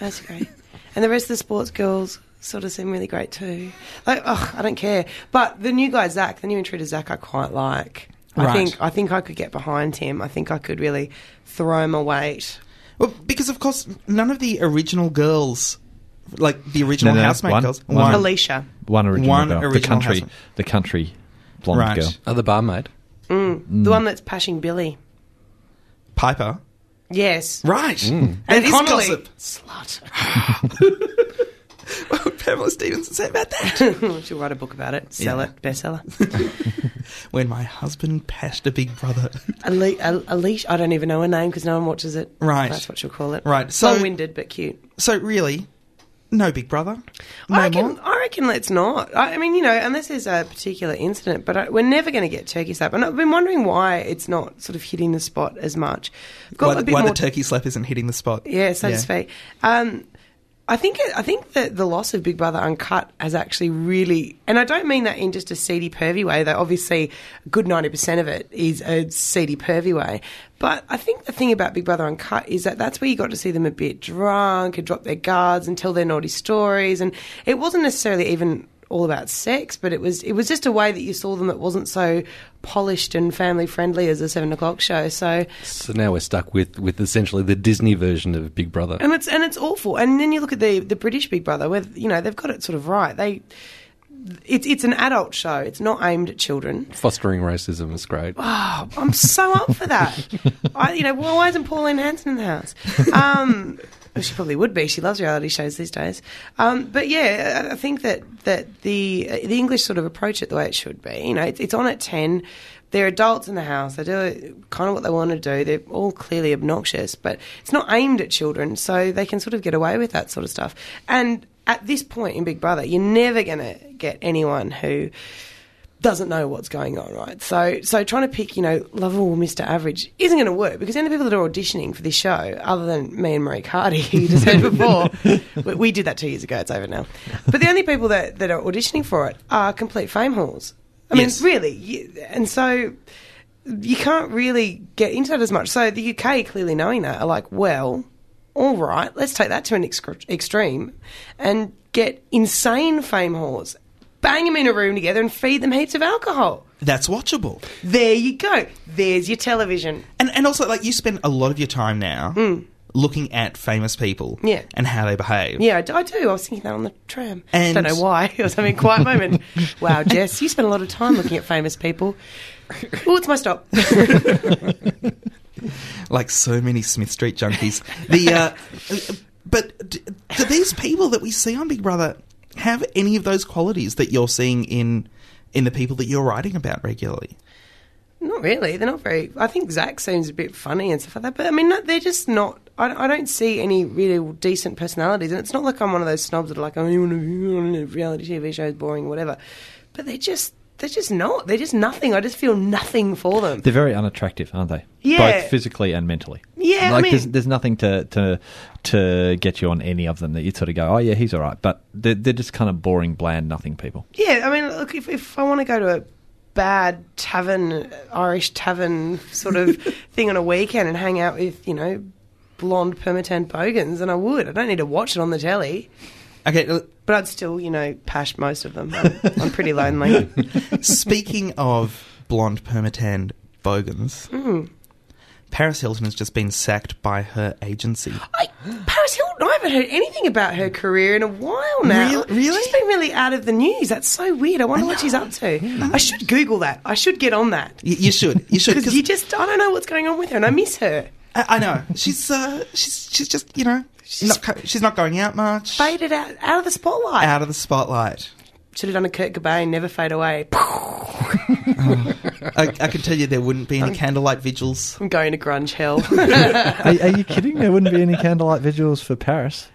H: That's great. and the rest of the sports girls sort of seem really great too. Like, oh, I don't care. But the new guy Zach, the new intruder Zach, I quite like.
B: Right.
H: I think I think I could get behind him. I think I could really throw my weight.
B: Well, because of course none of the original girls, like the original
C: No, no,
B: housemate
C: one-
B: girls,
C: one.
H: Alicia,
C: One original
B: One
C: girl. the
B: original
C: country,
B: housemate.
C: the country blonde
B: Right.
C: girl.
D: Other barmaid.
B: mm.
H: the one that's pashing Billy.
B: Piper,
H: Yes,
B: right?
C: Mm.
H: and
B: That is
H: Connolly.
B: gossip.
H: Slut.
B: What would Pamela Stevenson say about that?
H: She'll write a book about it. Sell
B: Yeah.
H: it. Bestseller.
B: when my husband passed a Big Brother.
H: Ali- Al- Alicia. I don't even know her name because no one watches it.
B: Right.
H: That's what she'll call it.
B: Right, so-
H: long-winded but cute.
B: so really, no Big Brother. No
H: I reckon,
B: more?
H: I reckon let's not. I, I mean, you know, unless there's a particular incident, but I, we're never going to get turkey slap. And I've been wondering why it's not sort of hitting the spot as much. I've got
B: Why,
H: a
B: the-
H: bit
B: why
H: more,
B: the turkey slap isn't hitting the spot?
H: yeah, so to speak. Um, I think it, I think that the loss of Big Brother Uncut has actually really, and I don't mean that in just a seedy pervy way. Though obviously, a good ninety percent of it is a seedy pervy way. But I think the thing about Big Brother Uncut is that that's where you got to see them a bit drunk and drop their guards and tell their naughty stories, and it wasn't necessarily even all about sex, but it was it was just a way that you saw them that wasn't so polished and family friendly as a seven o'clock show. So
D: So now we're stuck with, with essentially the Disney version of Big Brother.
H: And it's and it's awful. And then you look at the the British Big Brother, where you know they've got it sort of right. They it's it's an adult show. It's not aimed at children.
D: Fostering racism is great.
H: I'm so up for that. I, you know, well, why isn't Pauline Hanson in the house? Um, well, she probably would be. She loves reality shows these days. Um, but yeah, I I think that that the uh, the English sort of approach it the way it should be. You know, it's, it's on at ten. They're adults in the house. They do kind of what they want to do. They're all clearly obnoxious, but it's not aimed at children, so they can sort of get away with that sort of stuff. And at this point in Big Brother, you're never going to get anyone who doesn't know what's going on, right? So, so trying to pick, you know, lovable Mr. Average isn't going to work because then the people that are auditioning for this show, other than me and Marie Cardi, who you just heard before, we, we did that two years ago. It's over now. But the only people that, that are auditioning for it are complete fame halls. I mean,
B: Yes.
H: really, you, and so you can't really get into that as much. So the UK, clearly knowing that, are like, well, all right, let's take that to an ex- extreme and get insane fame whores, bang them in a room together and feed them heaps of alcohol.
B: That's watchable.
H: There you go. There's your television.
B: And and also like you spend a lot of your time now looking at famous people
H: Mm. Yeah.
B: and how they behave.
H: Yeah, I d- I do. I was thinking that on the tram.
B: And-
H: Don't know why. It was having a quiet moment. Wow, Jess, you spend a lot of time looking at famous people. Oh, it's my stop.
B: Like so many Smith Street junkies. the uh, but d- do these people that we see on Big Brother have any of those qualities that you're seeing in in the people that you're writing about regularly?
H: Not really. They're not very. I think Zach seems a bit funny and stuff like that. But I mean, no, they're just not. I, I don't see any really decent personalities. And it's not like I'm one of those snobs that are like, I only want to be reality TV shows, boring, whatever. But they're just. They're just not. They're just nothing. I just feel nothing for them.
C: They're very unattractive, aren't they?
H: Yeah.
C: Both physically and mentally.
H: Yeah, I
C: Like there's,
H: mean-
C: there's nothing to, to to get you on any of them that you sort of go, oh yeah, he's all right. But they're, they're just kind of boring, bland, nothing people.
H: Yeah, I mean, look, if, if I want to go to a bad tavern, Irish tavern sort of thing on a weekend and hang out with, you know, blonde permatan bogans, then I would. I don't need to watch it on the telly.
B: Okay, l-
H: But I'd still, you know, pash most of them. I'm, I'm pretty lonely.
B: Speaking of blonde permatan bogans, Paris Hilton has just been sacked by her agency.
H: I, Paris Hilton, I haven't heard anything about her career in a while now.
B: Real- really?
H: She's been really out of the news. That's so weird. I wonder what she's up to. I should Google that. I should get on that.
B: Y- you should, you should,
H: Because
B: because
H: you just, I don't know what's going on with her and I miss her.
B: I, I know she's uh, she's she's just you know she's not co- she's not going out much.
H: Faded out, out of the spotlight.
C: Uh,
B: Out of the spotlight.
H: Should have done a Kurt Cobain, never fade away.
B: I, I can tell you there wouldn't be any candlelight vigils.
H: I'm going to grunge hell.
C: Uh, are, are you kidding? There wouldn't be any candlelight visuals for Paris.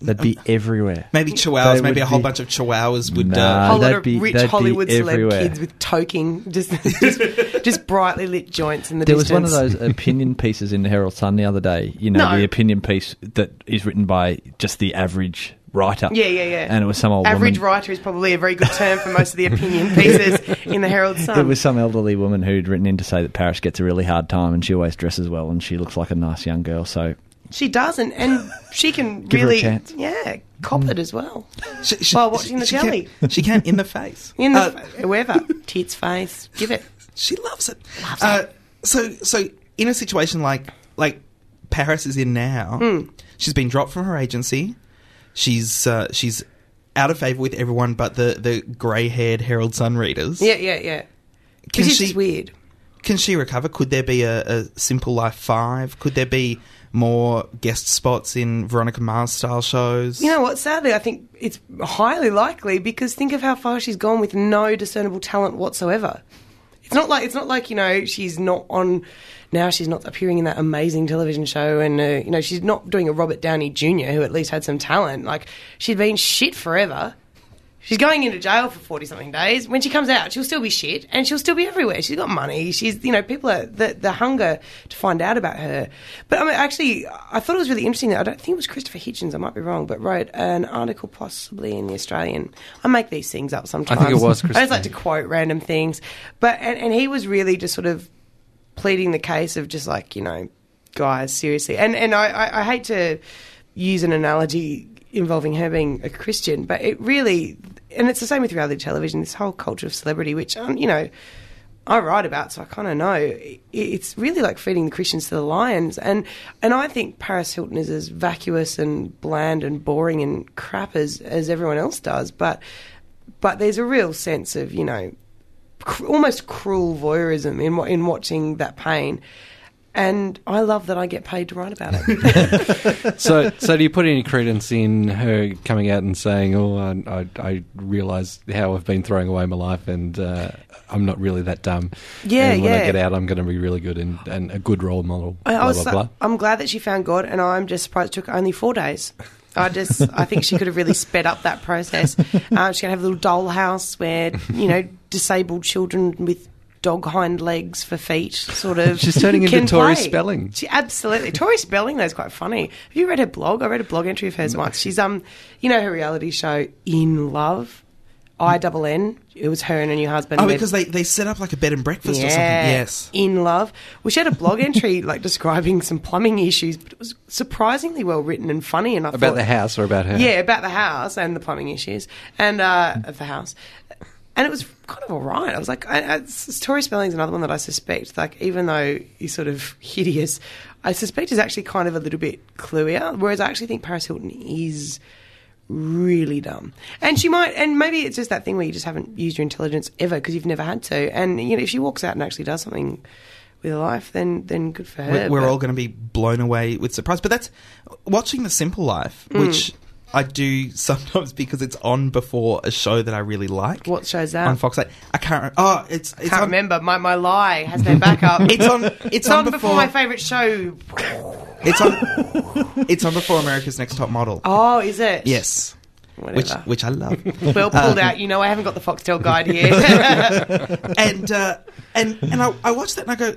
C: They'd be everywhere.
B: Maybe chihuahuas.
C: They
B: Maybe a
C: would
B: whole
C: be-
B: bunch of chihuahuas would.
C: Nah.
B: Uh,
H: Whole lot
C: that'd
H: of
C: be-
H: rich
C: that'd be
H: Hollywood celeb
C: everywhere.
H: kids with toking, just just, just brightly lit joints in the
C: There was
H: distance.
C: one of those opinion pieces in the Herald Sun the other day. You know,
H: No.
C: the opinion piece that is written by just the average writer.
H: Yeah, yeah, yeah.
C: And it was some old
H: Average
C: woman.
H: writer is probably a very good term for most of the opinion pieces in the Herald Sun.
C: It was some elderly woman who'd written in to say that Paris gets a really hard time, and she always dresses well, and she looks like a nice young girl. So
H: she doesn't, and she can
C: Give her a
H: really,
C: chance. Mm.
H: yeah, cop it as well.
B: she, she,
H: While watching the
B: she
H: telly.
B: Can, she can in the face.
H: In the,
B: Uh,
H: whoever tits face, give it.
B: She loves it. uh, So, so in a situation like like Paris is in now,
H: Hmm.
B: she's been dropped from her agency. She's uh, she's out of favor with everyone but the the grey haired Herald Sun readers.
H: Yeah, yeah, yeah.
B: can
H: Which is
B: she
H: just weird.
B: can she recover? Could there be a, a Simple Life Five? Could there be more guest spots in Veronica Mars style shows?
H: You know what? Sadly, I think it's highly likely because think of how far she's gone with no discernible talent whatsoever. It's not like it's not like you know she's not on now. She's not appearing in that amazing television show, and uh, you know she's not doing a Robert Downey Jr. who at least had some talent. Like she'd been shit forever. She's going into jail for forty something days. When she comes out, she'll still be shit, and she'll still be everywhere. She's got money. She's you know people are the the hunger to find out about her. But I mean, actually, I thought it was really interesting that I don't think it was Christopher Hitchens. I might be wrong, but wrote an article possibly in the Australian. I make these things up sometimes.
D: it was
H: I just like
D: Christopher
H: to quote random things, but and, and he was really just sort of pleading the case of just like you know guys seriously and and I, I, I hate to use an analogy involving her being a christian but it really and it's the same with reality television this whole culture of celebrity which um, you know i write about so i kind of know it, it's really like feeding the christians to the lions and and i think paris hilton is as vacuous and bland and boring and crap as as everyone else does but but there's a real sense of you know cr- almost cruel voyeurism in wa- in watching that pain. And I love that I get paid to write about it.
D: so, so do you put any credence in her coming out and saying, "Oh, I, I, I realize how I've been throwing away my life, and uh, I'm not really that dumb.
H: Yeah,
D: and when
H: yeah.
D: I get out, I'm going to be really good and, and a good role model."
H: I,
D: blah
H: I was
D: blah
H: so-
D: blah.
H: I'm glad that she found God, and I'm just surprised it took only four days. I just I think she could have really sped up that process. Uh, she could have a little dollhouse where you know disabled children with dog hind legs for feet sort of
D: She's turning into
H: can
D: Tori
H: play.
D: Spelling.
H: She absolutely Tori Spelling though is quite funny. Have you read her blog? I read a blog entry of hers once. She's um you know her reality show In Love, I double N. It was her and her new husband.
B: Oh,
H: They're-
B: because they, they set up like a bed and breakfast or something. Yes.
H: in love. We she had a blog entry like describing some plumbing issues, but it was surprisingly well written and funny. And I
D: About
H: thought,
D: the house or about her?
H: yeah, about the house and the plumbing issues and uh, of the house. and it was kind of all right. I was like, I, I, s- Tori Spelling's another one that I suspect, like, even though he's sort of hideous, I suspect is actually kind of a little bit cluier. Whereas I actually think Paris Hilton is really dumb. And she might, and maybe it's just that thing where you just haven't used your intelligence ever because you've never had to. And, you know, if she walks out and actually does something with her life, then then good for her.
B: We're, we're
H: but-
B: all going to be blown away with surprise. But that's watching The Simple Life,
H: Mm.
B: which I do sometimes because it's on before a show that I really like.
H: What show's that?
B: on Fox? Like, I can't. Re- oh, it's it's
H: Can't
B: on,
H: remember. My, my lie has no backup.
B: It's on. It's,
H: It's on before my favourite show.
B: It's on. it's on before America's Next Top Model.
H: Oh, is it?
B: Yes, which
H: Whatever.
B: which I love.
H: well pulled out. You know, I haven't got the Foxtel guide here.
B: and uh, and and I, I watched that and I go,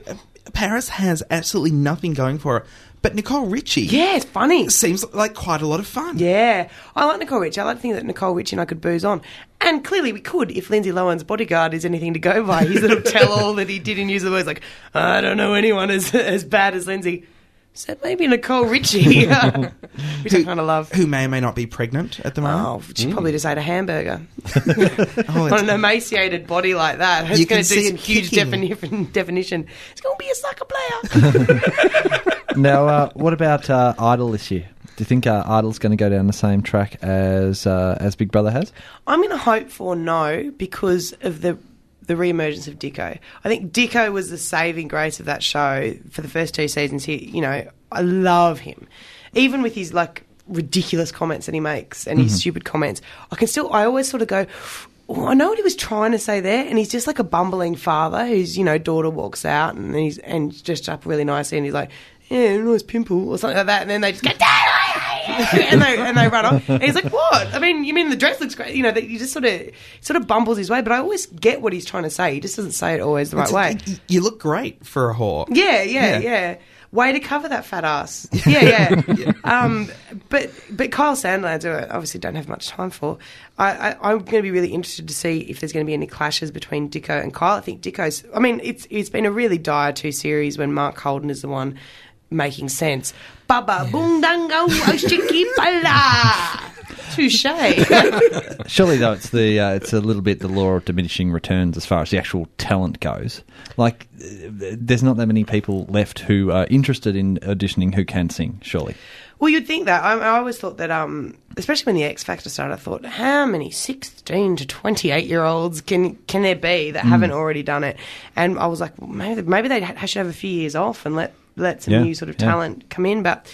B: Paris has absolutely nothing going for her, but Nicole Richie
H: yeah, it's funny.
B: seems like quite a lot of fun.
H: Yeah, I like Nicole Richie. I like to think that Nicole Richie and I could booze on, and clearly we could if Lindsay Lohan's bodyguard is anything to go by. His little tell-all that he did in use the words like, "I don't know anyone as as bad as Lindsay." So maybe Nicole Richie, which I kind of love.
B: Who Mm. may or may not be pregnant at the moment.
H: Oh, she probably just ate a hamburger.
B: Oh,
H: on an
B: it's-
H: emaciated body like that. It's
B: You
H: going
B: can
H: to do
B: see
H: some
B: it
H: huge
B: kicking.
H: defini- definition. It's going to be a sucker player.
C: now, uh, what about uh, Idol this year? Do you think uh, Idol's going to go down the same track as uh, as Big Brother has?
H: I'm going to hope for no because of the the reemergence of Dicko. I think Dicko was the saving grace of that show for the first two seasons. He, you know, I love him, even with his like ridiculous comments that he makes and his stupid comments. I can still, I always sort of go. "Oh, I know what he was trying to say there, and he's just like a bumbling father whose you know daughter walks out and he's and dressed up really nicely, and he's like, "Yeah, nice pimple" or something like that, and then they just go, "Dad, I and they and they run off. And he's like, "What? I mean, you mean the dress looks great? You know, that you just sort of sort of bumbles his way." But I always get what he's trying to say. He just doesn't say it always the right way.
B: it's- You look great for a whore.
H: Yeah, yeah, yeah, Way to cover that fat ass. Yeah, yeah. um, but but Kyle Sandlands, who I obviously don't have much time for. I, I, I'm going to be really interested to see if there's going to be any clashes between Dicko and Kyle. I think Dicko's. I mean, it's it's been a really dire two series when Mark Holden is the one making sense. Baba boom dango oshiki bala. Touche.
C: Surely, though, it's the uh, it's a little bit the law of diminishing returns as far as the actual talent goes. Like, uh, there's not that many people left who are interested in auditioning who can sing. Surely,
H: Well, you'd think that. I, I always thought that, um, especially when the X Factor started, I thought, how many 16 to 28 year olds can can there be
C: Hmm.
H: that haven't already done it? And I was like, well, maybe maybe they ha- should have a few years off and let let some
C: Yeah,
H: new sort of
C: yeah.
H: talent come in, but.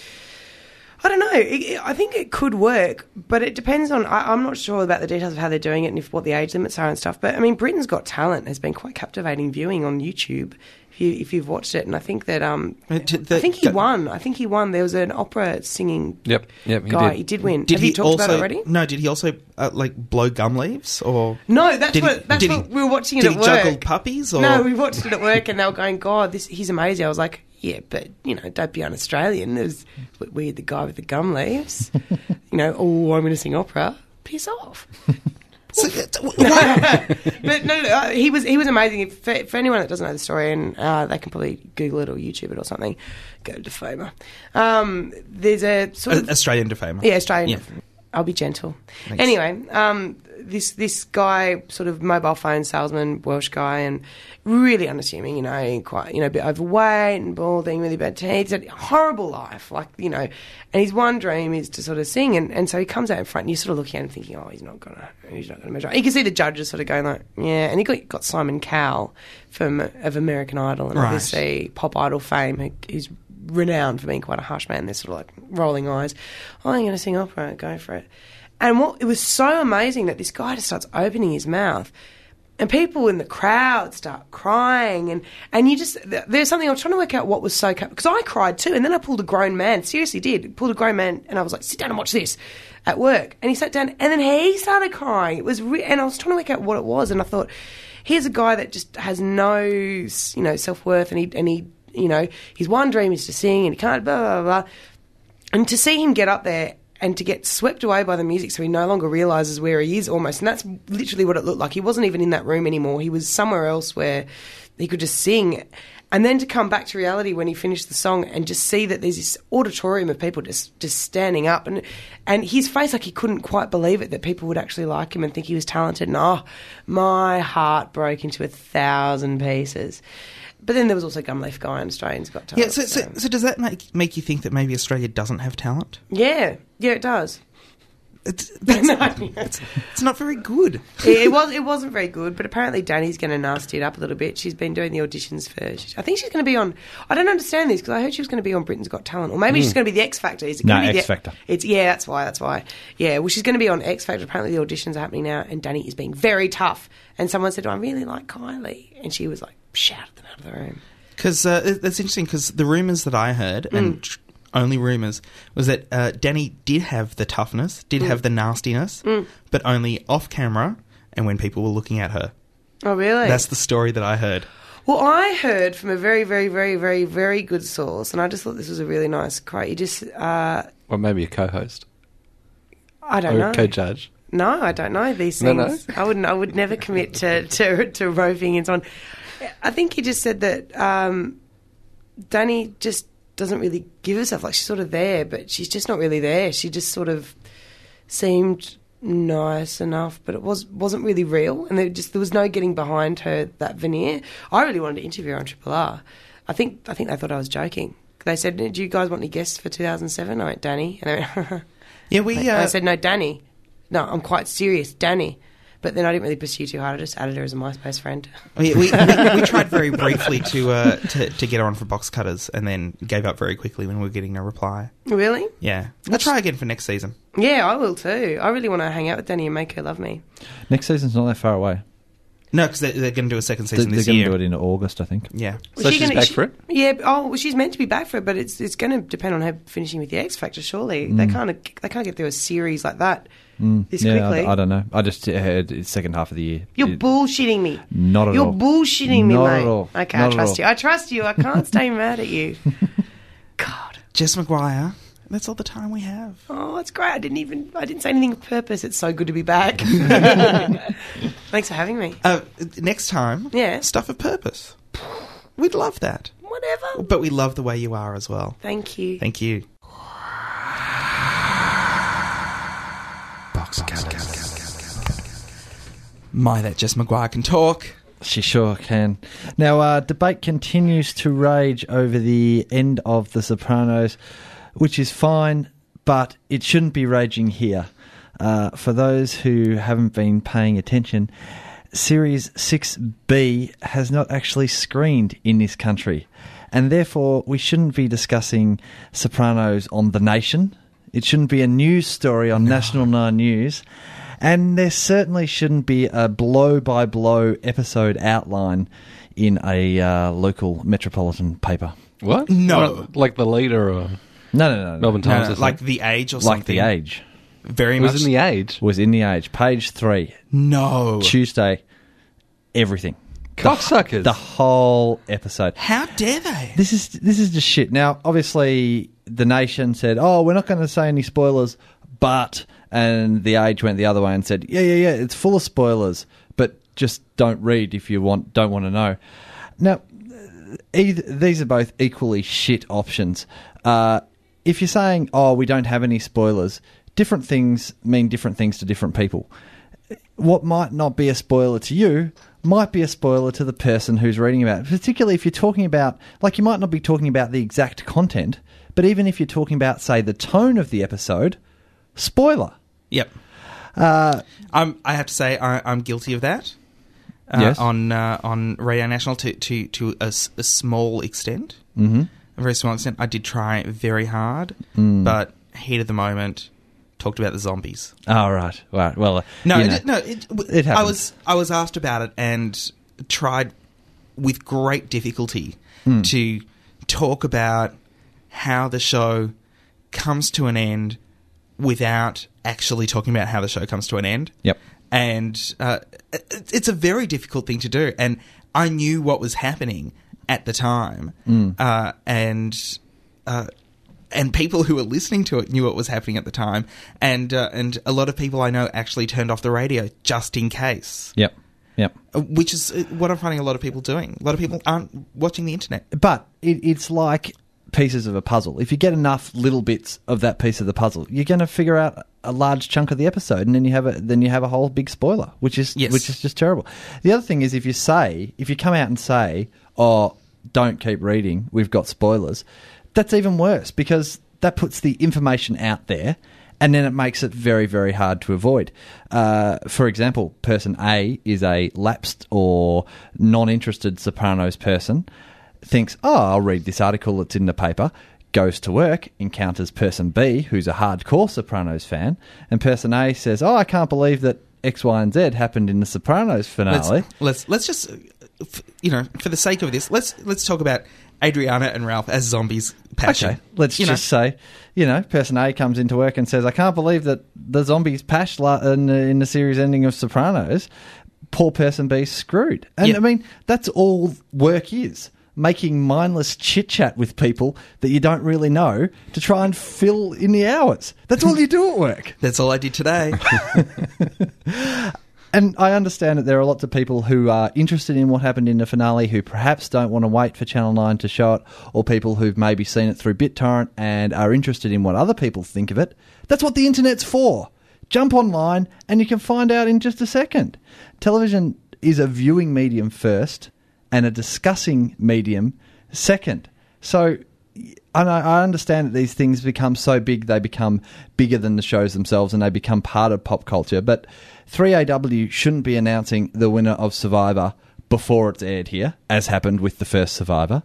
H: I don't know. It, it- I think it could work, but it depends on. I, I'm not sure about the details of how they're doing it and if what the age limits are and stuff. But I mean, Britain's Got Talent has been quite captivating viewing on YouTube. If you if you've watched it, and I think that um,
B: Uh, t- the-
H: I think he
B: go-
H: won. I think he won. There was an opera singing
D: Yep, yep, he
H: guy.
D: did.
H: He did win. Have you talked
B: also,
H: about it already?
B: No, did he also uh, like blow gum leaves or
H: No, that's
B: Did he-
H: what that's
B: did
H: what
B: he-
H: we were watching it
B: did
H: at
B: he
H: work.
B: juggle puppies or
H: No, we watched it at work, and they were going, "God, this he's amazing." I was like, "Yeah, but you know, don't be un-Australian." There's we- we had the guy with the gum leaves. you know, oh, I'm going to sing opera. Piss off.
B: So, uh, t- why-
H: But no, no, no, uh, he was he was amazing. If, for, for anyone that doesn't know the story, and uh, they can probably Google it or YouTube it or something, go to Famer. Um, there's a sort
B: Uh,
H: of
B: Australian defamer.
H: Yeah, Australian.
B: Yeah.
H: I'll be gentle.
B: Thanks.
H: Anyway, um, this this guy, sort of mobile phone salesman, Welsh guy, and really unassuming, you know, quite you know, a bit overweight and balding, really bad teeth. He's had a horrible life, like you know, and his one dream is to sort of sing, and, and so he comes out in front, and you're sort of looking at him thinking, oh, he's not gonna, he's not gonna measure. up. You can see the judges sort of going like, yeah, and he got got Simon Cowell from of American Idol, and
B: Right.
H: obviously Pop Idol fame, who, who's renowned for being quite a harsh man. They're sort of like rolling eyes. Oh, I'm going to sing opera. Go for it. And what it was so amazing that this guy just starts opening his mouth. And people in the crowd start crying, and, and you just th- there's something I was trying to work out what was so because I cried too, and then I pulled a grown man, seriously did pulled a grown man, and I was like, sit down and watch this at work, and he sat down, and then he started crying. It was re- and I was trying to work out what it was, and I thought, here's a guy that just has no you know self worth, and he and he you know, his one dream is to sing and he can't, blah, blah, blah. blah. And to see him get up there and to get swept away by the music so he no longer realizes where he is almost. And that's literally what it looked like. He wasn't even in that room anymore. He was somewhere else where He could just sing. And then to come back to reality when he finished the song and just see that there's this auditorium of people just, just standing up and and his face like he couldn't quite believe it that people would actually like him and think he was talented and oh my heart broke into a thousand pieces. But then there was also Gumleaf Guy and Australians Got
B: Yeah,
H: Talent.
B: so, so, so does that make, make you think that maybe Australia doesn't have talent?
H: yeah, yeah, it does.
B: It's, that's, it's, it's not very good.
H: it, it was it wasn't very good, but apparently Danny's going to nasty it up a little bit. She's been doing the auditions for. I think she's going to be on. I don't understand this because I heard she was going to be on Britain's Got Talent, or maybe she's going to be the X Factor. Is it
C: Hmm. No,
H: gonna be the-
C: X Factor.
H: It's yeah, that's why. That's why. Yeah, well, she's going to be on X Factor. Apparently, the auditions are happening now, and Danny is being very tough. And someone said, "I really like Kylie," and she was like, shouted them out of the room.
B: Because uh, it- it's interesting because the rumours that I heard,
H: Mm.
B: and tr- only rumours, was that uh, Danny did have the toughness,
H: Mm.
B: did have the nastiness, but only off camera and when people were looking at her.
H: Oh, really?
B: That's the story that I heard.
H: Well, I heard from a very, very, very, very, very good source, and I just thought this was a really nice quote. You just, uh,
D: Or maybe a co-host
H: I
C: Oh,
H: don't
D: or
H: know.
D: co-judge.
H: No, I don't know these
D: No,
H: things.
D: no.
H: I wouldn't. I would never commit to to, to roving and so on. I think he just said that um, Danny just doesn't really give herself. Like she's sort of there, but she's just not really there. She just sort of seemed nice enough, but it was wasn't really real, and there just there was no getting behind her that veneer. I really wanted to interview her on Triple R. I think I think they thought I was joking. They said, "Do you guys want any guests for 2007?" I went, "Danny," and they went.
B: Yeah, we.
H: And
B: Uh,
H: I said, no, Danny. No, I'm quite serious, Danny. But then I didn't really pursue too hard. I just added her as a MySpace friend.
B: we, we, we, we tried very briefly to, uh, to to get her on for box cutters, and then gave up very quickly when we were getting no reply.
H: Really?
B: Yeah, I'll try again for next season.
H: Yeah, I will too. I really want to hang out with Danny and make her love me.
C: Next season's not that far away.
B: No, because they're, they're going to do a second
C: They-
B: season
C: They're
B: this
C: going to
B: year.
C: do it in August, I think.
B: Yeah,
H: Was
D: So
H: she
D: she's
H: gonna-
D: back
H: she-
D: for it?
H: Yeah. but- Oh, well, she's meant to be back for it, but it's it's going to depend on her finishing with the X Factor. Surely they can't they can't get through a series like that this
C: Mm. yeah,
H: quickly.
C: I, I don't know. I just heard it's second half of the year.
H: You're
C: It-
H: bullshitting me.
C: Not at
H: You're
C: all.
H: bullshitting me,
C: Not
H: mate.
C: at all.
H: Okay,
C: Not
H: I
C: at
H: trust
C: all.
H: you. I trust you. I can't stay mad at you. God.
B: Jess McGuire. That's all the time we have.
H: Oh, it's great. I didn't even I didn't say anything of purpose. It's so good to be back. Thanks for having me.
B: Uh, next time,
H: Yeah.
B: stuff of purpose. We'd love that,
H: Whatever.
B: but we love the way you are as well.
H: Thank you.
B: Thank you. Box My, that Jess McGuire can talk.
C: She sure can. Now, uh, debate continues to rage over the end of The Sopranos, which is fine, but it shouldn't be raging here. Uh, for those who haven't been paying attention, Series 6B has not actually screened in this country, and therefore we shouldn't be discussing Sopranos on The Nation. It shouldn't be a news story on National Nine News. And there certainly shouldn't be a blow by blow episode outline in a uh, local metropolitan paper.
D: What?
B: No.
D: What, like the leader or
C: No, no, no. no.
D: Melbourne
B: No,
D: Times?
B: no,
D: or
B: like
D: something?
B: the age or
C: Like
B: something.
C: The Age
B: Very
D: it
B: much.
D: was in the age.
C: was in The Age. Page three,
B: no.
C: Tuesday, everything.
D: Cocksuckers.
C: The whole episode.
B: How dare they?
C: This is this is just shit. Now, obviously, the nation said, "Oh, we're not going to say any spoilers," but and the age went the other way and said, "Yeah, yeah, yeah, it's full of spoilers, but just don't read if you want don't want to know." Now, either, these are both equally shit options. Uh, if you're saying, "Oh, we don't have any spoilers," different things mean different things to different people. What might not be a spoiler to you might be a spoiler to the person who's reading about it. Particularly if you're talking about, like, you might not be talking about the exact content, but even if you're talking about, say, the tone of the episode, spoiler.
B: Yep. I'm, I have to say, I, I'm guilty of that. Uh,
C: Yes.
B: On uh, on Radio National to to to a, s- a small extent, mm-hmm. a very small extent. I did try very hard, but heat of the moment, talked about the zombies.
C: All right, oh, right, right. Well,
B: No,
C: you know.
B: it, no, it, w-
C: It
B: I
C: happens.
B: was I was asked about it and tried with great difficulty
C: Hmm.
B: to talk about how the show comes to an end without actually talking about how the show comes to an end.
C: Yep.
B: And uh, it, it's a very difficult thing to do, and I knew what was happening at the time,
C: Hmm.
B: uh, and. Uh, and people who were listening to it knew what was happening at the time, and uh, and a lot of people I know actually turned off the radio just in case.
C: Yep. Yep.
B: Uh, which is uh, what I'm finding a lot of people doing. A lot of people aren't watching the internet.
C: But it, it's like pieces of a puzzle. If you get enough little bits of that piece of the puzzle, you're going to figure out a large chunk of the episode, and then you have a then you have a whole big spoiler, which is
B: Yes.
C: which is just terrible. The other thing is if you say if you come out and say, "Oh, don't keep reading, we've got spoilers," that's even worse because that puts the information out there. And then it makes it very, very hard to avoid. Uh, for example, person A is a lapsed or non interested Sopranos person thinks, oh, I'll read this article that's in the paper, goes to work, encounters person B, who's a hardcore Sopranos fan, and person A says, oh, I can't believe that X, Y, and Z happened in the Sopranos
B: Let's,
C: finale.
B: let's let's just uh, f- you know for the sake of this, let's let's talk about Adriana and Ralph as zombies. Passion.
C: Okay, let's
B: You know,
C: just say, you know, person A comes into work and says, I can't believe that the zombies pashed la- in, the, in the series ending of Sopranos. Poor person B screwed. And
B: Yeah.
C: I mean, that's all work is. Making mindless chit chat with people that you don't really know to try and fill in the hours. That's all you do at work.
B: that's all I did today.
C: And I understand that there are lots of people who are interested in what happened in the finale who perhaps don't want to wait for Channel 9 to show it, or people who've maybe seen it through BitTorrent and are interested in what other people think of it. That's what the internet's for. Jump online and you can find out in just a second. Television is a viewing medium first and a discussing medium second. So and I, I understand that these things become so big, they become bigger than the shows themselves and they become part of pop culture. But 3AW shouldn't be announcing the winner of Survivor before it's aired here, as happened with the first Survivor.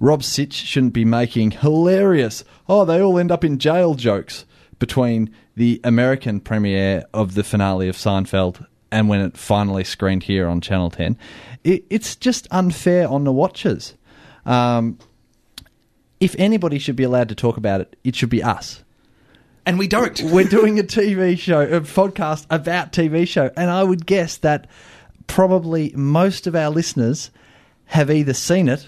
C: Rob Sitch shouldn't be making hilarious, oh, they all end up in jail jokes between the American premiere of the finale of Seinfeld and when it finally screened here on Channel 10. It, it's just unfair on the watchers. Um, if anybody should be allowed to talk about it, it should be us.
B: and we don't.
C: We're doing a TV show, a podcast about TV show, and I would guess that probably most of our listeners have either seen it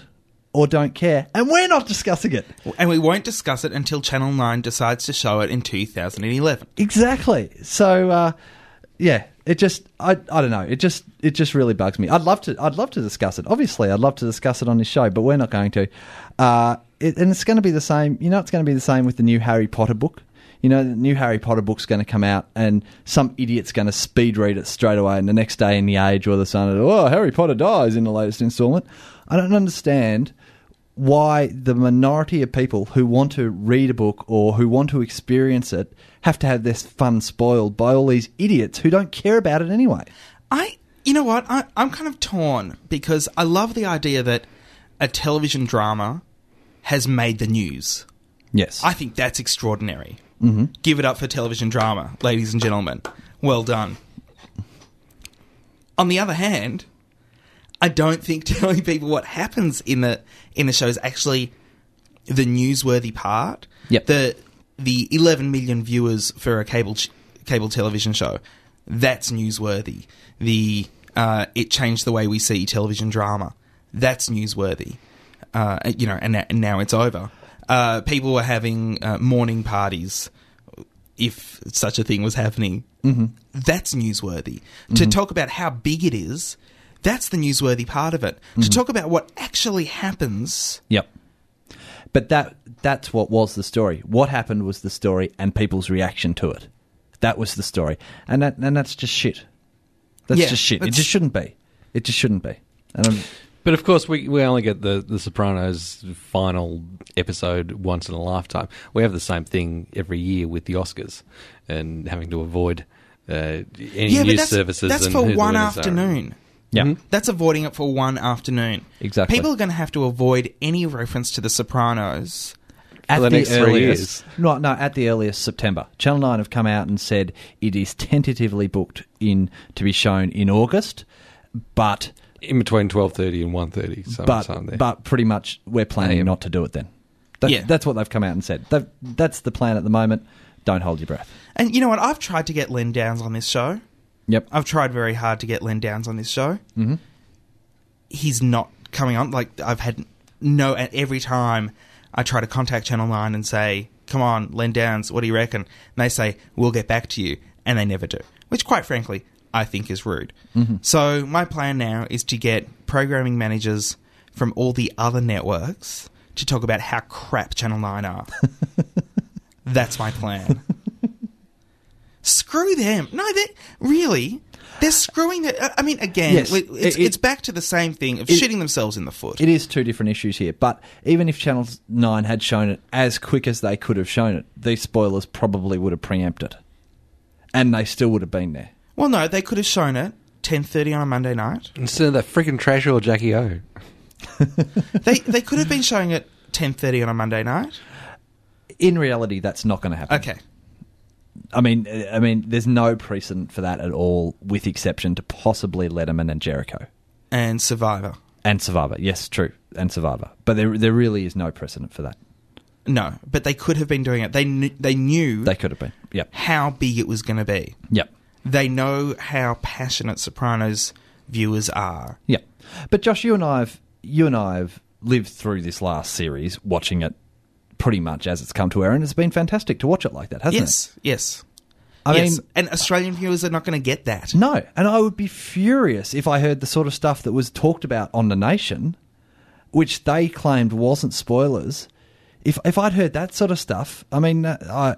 C: or don't care, and we're not discussing it.
B: And we won't discuss it until Channel 9 decides to show it in 2011.
C: Exactly. So uh, yeah, it just I, I don't know. It just it just really bugs me. I'd love to I'd love to discuss it. Obviously, I'd love to discuss it on this show, but we're not going to. Uh, it, and it's going to be the same. You know, it's going to be the same with the new Harry Potter book. You know, the new Harry Potter book's going to come out, and some idiot's going to speed read it straight away, and the next day in the Age or the Sun, oh, Harry Potter dies in the latest installment. I don't understand why the minority of people who want to read a book or who want to experience it have to have their fun spoiled by all these idiots who don't care about it anyway.
B: I, you know what? I, I'm kind of torn because I love the idea that a television drama has made the news.
C: Yes.
B: I think that's extraordinary. Mm-hmm. Give it up for television drama, ladies and gentlemen. Well done. On the other hand, I don't think telling people what happens in the in the show is actually the newsworthy part.
C: Yep.
B: The the 11 million viewers for a cable ch- cable television show, that's newsworthy. The uh, it changed the way we see television drama. That's newsworthy. Uh, you know, and, and now it's over. Uh, people were having uh, morning parties if such a thing was happening. Mm-hmm. That's newsworthy. To talk about how big it is, that's the newsworthy part of it. To talk about what actually happens,
C: yep. But that that's what was the story. What happened was the story and people's reaction to it. That was the story. And that and that's just shit. That's
B: Yeah,
C: just shit. It
B: that's-
C: just shouldn't be. It just shouldn't be. And I'm,
D: But of course, we, we only get the, the Sopranos final episode once in a lifetime. We have the same thing every year with the Oscars and having to avoid uh, any
B: yeah,
D: news
B: but that's,
D: services.
B: that's
D: and
B: for
D: who the
B: one
D: winners are.
B: afternoon.
C: yeah.
D: Mm-hmm.
B: That's avoiding it for one afternoon.
C: Exactly.
B: People are going to have to avoid any reference to The Sopranos.
C: at
D: the next three years.
C: No, no, at the earliest September. Channel 9 have come out and said it is tentatively booked in to be shown in August, but
D: in between twelve thirty and one thirty. So
C: but
D: sometime there.
C: but pretty much we're planning
D: AM.
C: not to do it then. That,
B: Yeah.
C: That's what they've come out and said. They've, that's the plan at the moment. Don't hold your breath.
B: And you know what? I've tried to get Lynn Downs on this show.
C: Yep.
B: I've tried very hard to get Len Downs on this show. Mm-hmm. He's not coming on. Like I've had no. At every time I try to contact Channel Nine and say, "Come on, Len Downs, what do you reckon?" And they say, "We'll get back to you," and they never do. Which, quite frankly, I think is rude. So my plan now is to get programming managers from all the other networks to talk about how crap Channel 9 are. That's my plan. Screw them. No, they really. They're screwing it. I mean, again,
C: Yes,
B: we- it's,
C: it- it-
B: it's back to the same thing of
C: it-
B: shooting themselves in the foot.
C: It is two different issues here, but even if Channel 9 had shown it as quick as they could have shown it, these spoilers probably would have preempted. And they still would have been there.
B: well, no, they could have shown it 10.30 on a Monday night.
D: Instead of that freaking trash or Jackie O.
B: they, they could have been showing it 10.30 on a Monday night.
C: In reality, that's not going to happen.
B: Okay.
C: I mean, uh, I mean, there's no precedent for that at all, with exception to possibly Letterman and Jericho
B: And Survivor.
C: and Survivor. Yes, true, and Survivor. But there, there really is no precedent for that.
B: No, but they could have been doing it. They knew, they knew
C: They could have been. Yep.
B: how big it was going to be.
C: Yep.
B: They know how passionate Sopranos viewers are.
C: Yeah, but Josh, you and I've you and I've lived through this last series, watching it pretty much as it's come to air, and it's been fantastic to watch it like that, hasn't it?
B: yes, yes.
C: I
B: yes.
C: mean-
B: and Australian viewers are not going to get that.
C: No, and I would be furious if I heard the sort of stuff that was talked about on the Nation, which they claimed wasn't spoilers. If if I'd heard that sort of stuff, I mean, uh, I,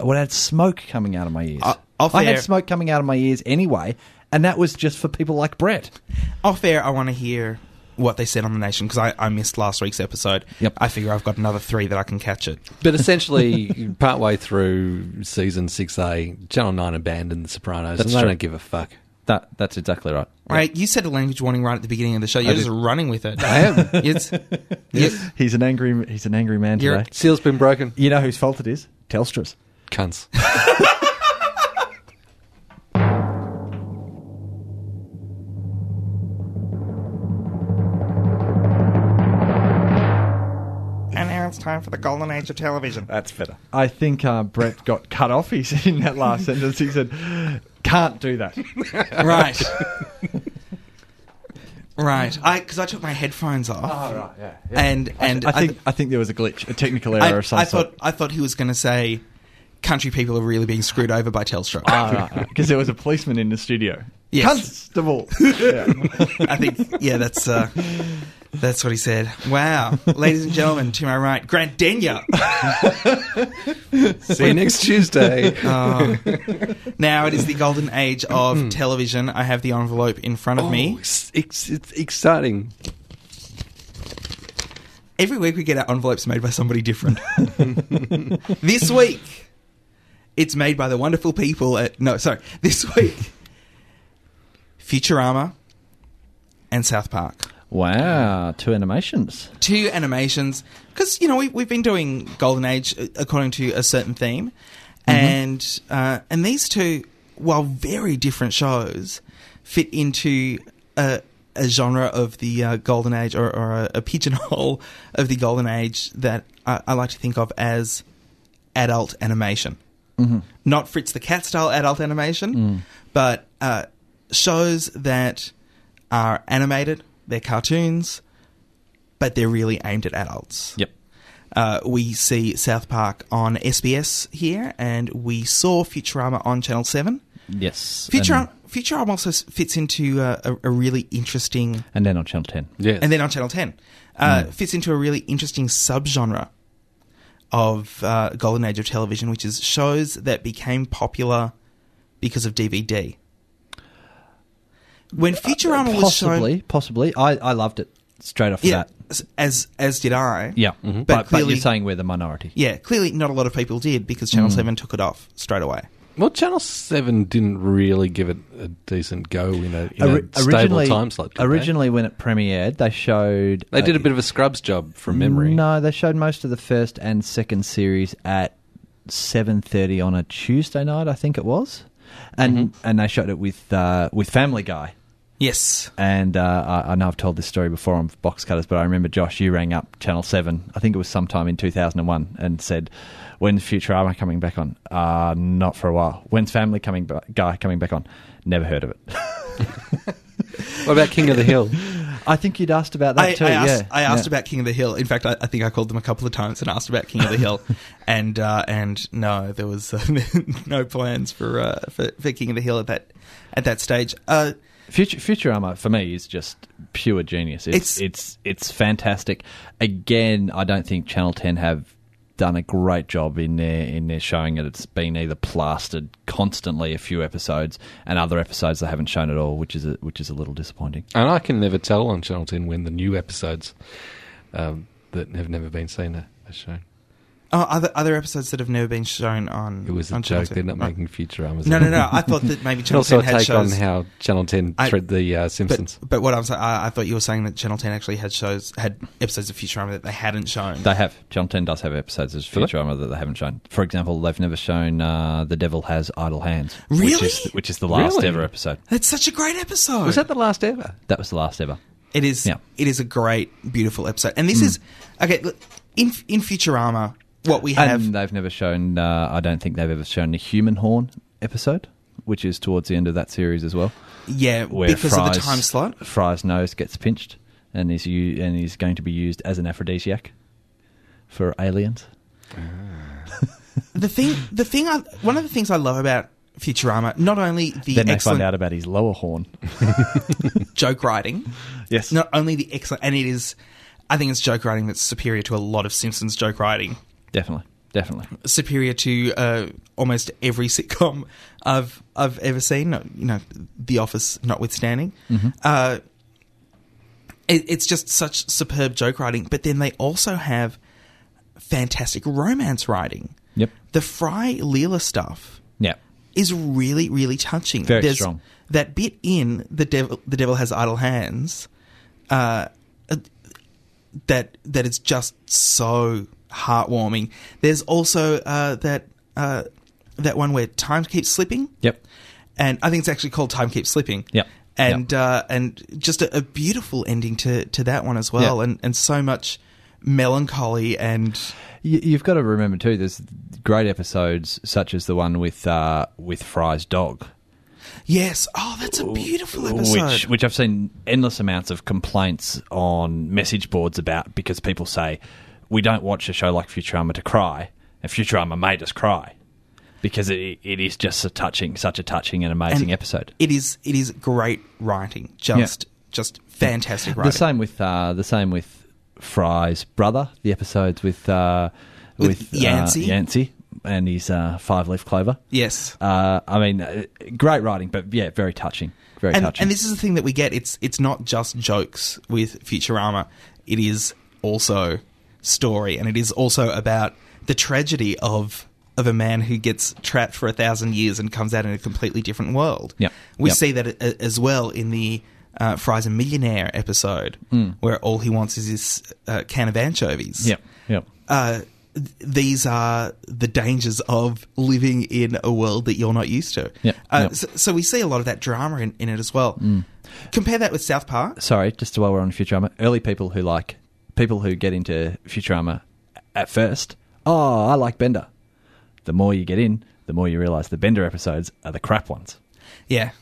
C: I would have had smoke coming out of my ears.
B: Uh, off
C: I
B: air-
C: had smoke coming out of my ears anyway, and that was just for people like Brett.
B: Off air, I want to hear what they said on the nation because I, I missed last week's episode.
C: Yep.
B: I figure I've got another three that I can catch it.
D: But essentially, partway through season 6A, Channel 9 abandoned The Sopranos
C: That's
D: and they
C: true.
D: don't give a fuck.
C: That that's exactly right.
B: Right? You said a language warning right at the beginning of the show. You're just
D: did.
B: running with it. I am. It's, you-
C: He's an angry he's an angry man
B: You're-
C: today.
D: Seal's been broken.
C: You know whose fault it is? Telstra's.
D: Cunts.
B: and now it's time for the golden age of television.
C: That's better.
F: I think uh, Brett got cut off. He said in that last sentence, he said, "Can't do that."
B: Right. right. I because I took my headphones off.
F: Oh, yeah.
B: And and
F: I think I think there was a glitch, a technical error
B: I,
F: of some
B: I
F: sort.
B: thought I thought he was going to say, "Country people are really being screwed over by Telstra."
F: Ah. because there was a policeman in the studio.
B: Yes.
F: Constable. Yeah.
B: I think yeah, that's uh, that's what he said. Wow, ladies and gentlemen, to my right, Grant Denyer.
D: See you next Tuesday.
B: Oh. now it is the golden age of television. I have the envelope in front of me.
D: Oh, It's, it's, it's exciting.
B: Every week we get our envelopes made by somebody different. this week, it's made by the wonderful people at. No, sorry. This week, Futurama and South Park.
C: Wow, two animations.
B: Two animations. Because, you know, we, we've been doing Golden Age uh, according to a certain theme. And, uh, and these two, while very different shows, fit into a, a genre of the uh, Golden Age or, or a, a pigeonhole of the Golden Age that I, I like to think of as adult animation.
C: Mm-hmm.
B: Not Fritz the Cat style adult animation,
C: Mm.
B: but uh, shows that are animated, they're cartoons, but they're really aimed at adults.
C: Yep.
B: Uh, we see South Park on SBS here, and we saw Futurama on Channel 7.
C: Yes.
B: Futurama,
C: And,
B: Futurama also s- fits into uh, a, a really interesting
C: and then on Channel 10.
D: Yes.
B: and then on Channel 10. Uh,
C: Hmm.
B: Fits into a really interesting subgenre of uh, Golden Age of television, which is shows that became popular because of DVD. When Futurama was
C: Uh, possibly,
B: shown,
C: possibly. I, I loved it straight off the
B: yeah,
C: bat.
B: as- as as did I.
C: Yeah. But, but,
B: clearly-
C: you're saying Hmm. we're the minority.
B: yeah, clearly not a lot of people did because Channel Seven took it off straight away.
D: Well, Channel 7 didn't really give it a decent go in a, in a
C: Ori-
D: stable time slot. did they?
C: originally when it premiered, they showed
D: They did a bit of a scrubs job from memory.
C: No, they showed most of the first and second series at 7:30 on a Tuesday night, I think it was. And and they showed it with uh, with Family Guy.
B: Yes,
C: And uh, I, I know I've told this story before on Box Cutters, but I remember Josh, you rang up Channel Seven. I think it was sometime in two thousand and one, and said, "When's Futurama coming back on?" Uh, not for a while. When's Family coming ba- Guy coming back on? Never heard of it.
D: What about King of the Hill?
C: I think you'd asked about that
B: I,
C: too.
B: I asked,
C: yeah,
B: I asked
C: yeah.
B: about King of the Hill. In fact, I, I think I called them a couple of times and asked about King of the Hill, and uh, and no, there was uh, no plans for, uh, for for King of the Hill at that at that stage. Uh,
C: Future Futurama for me is just pure genius. It's, it's
B: It's-
C: it's fantastic. Again, I don't think Channel Ten have done a great job in their in their showing it. It's been either plastered constantly a few episodes, and other episodes they haven't shown at all, which is a, which is a little disappointing.
D: And I can never tell on Channel 10 when the new episodes um, that have never been seen are, are shown.
B: oh, other other episodes that have never been shown on.
D: It was a
B: on Channel
D: joke. They're
B: 10.
D: not making Futurama.
B: No, no, no. I thought that maybe Channel
D: also
B: Ten
D: a
B: had
D: take on
B: shows.
D: how Channel 10
B: I-
D: treated the uh,
B: but,
D: Simpsons.
B: but what I'm saying, I, I thought you were saying that Channel Ten actually had shows, had episodes of Futurama that they hadn't shown.
C: They have Channel Ten does have episodes of
D: Do they?
C: Futurama that they haven't shown. For exple, they've never shown uh, The Devil Has Idle Hands, which
B: Really?
C: is which is the last
D: Really?
C: ever episode.
B: That's such a great episode.
D: was that the last ever?
C: That was the last ever.
B: It is.
C: Yeah. Hmm.
B: It is a great, beautiful episode. And this is okay. look, In in Futurama, what we have.
C: And they've never shown. Uh, I don't think they've ever shown the human horn episode, which is towards the end of that series as well,
B: yeah,
C: where
B: Uh, because of the
C: Fry's-
B: time slot.
C: Fry's nose gets pinched and is u- and is going to be used as an aphrodisiac for aliens.
B: The thing. The thing. I, one of the things I love about Futurama, not only the
C: then they
B: excellent
C: find out about his lower horn.
B: joke writing,
C: Yes.
B: not only the excellent, and it is. I think it's joke writing that's superior to a lot of Simpsons joke writing.
C: Definitely. Definitely.
B: superior to uh, almost every sitcom I've I've ever seen. You know, The Office notwithstanding. Uh, it, it's just such superb joke writing. But then they also have fantastic romance writing.
C: Yep.
B: The Fry Leela stuff
C: Yep.
B: is really really touching.
C: Very strong.
B: That bit in the devil, the devil has idle hands. Uh, uh, that that is just so heartwarming. There's also uh, that uh, that one where time keeps slipping.
C: Yep.
B: and I think it's actually called time keeps slipping.
C: Yep.
B: and Uh, and just a, a beautiful ending to to that one as well,
C: Yeah.
B: and and so much melancholy and
C: You, you've got to remember too. There's great episodes such as the one with uh, with Fry's dog.
B: yes. Oh, that's a beautiful episode.
C: Which, which I've seen endless amounts of complaints on message boards about because people say, we don't watch a show like Futurama to cry, and Futurama made us cry because it, it is just a touching, such a touching and amazing
B: And
C: episode.
B: It is it is great writing. Just just fantastic writing.
C: The same with uh, the same with Fry's brother. The episodes with uh,
B: With
C: with,
B: Yancey.
C: uh, Yancey and his uh, five leaf clover.
B: Yes.
C: Uh, I mean, uh, great writing, but yeah, very touching. Very
B: And,
C: touching.
B: and this is the thing that we get. It's it's not just jokes with Futurama. It is also story, and it is also about the tragedy of of a man who gets trapped for a thousand years and comes out in a completely different world.
C: Yep.
B: we
C: Yep.
B: see that a- as well in the uh, Fry's a Millionaire episode,
C: Hmm.
B: where all he wants is this uh, can of anchovies.
C: yep, yep.
B: uh, th- these are the dangers of living in a world that you're not used to.
C: Yeah,
B: Uh,
C: yeah. Mm.
B: So, so we see a lot of that drama in, in it as well. Compare that with South Park.
C: sorry, just while we're on Futurama, early people who like people who get into Futurama at first, oh, I like Bender. The more you get in, the more you realize the Bender episodes are the crap ones.
B: Yeah,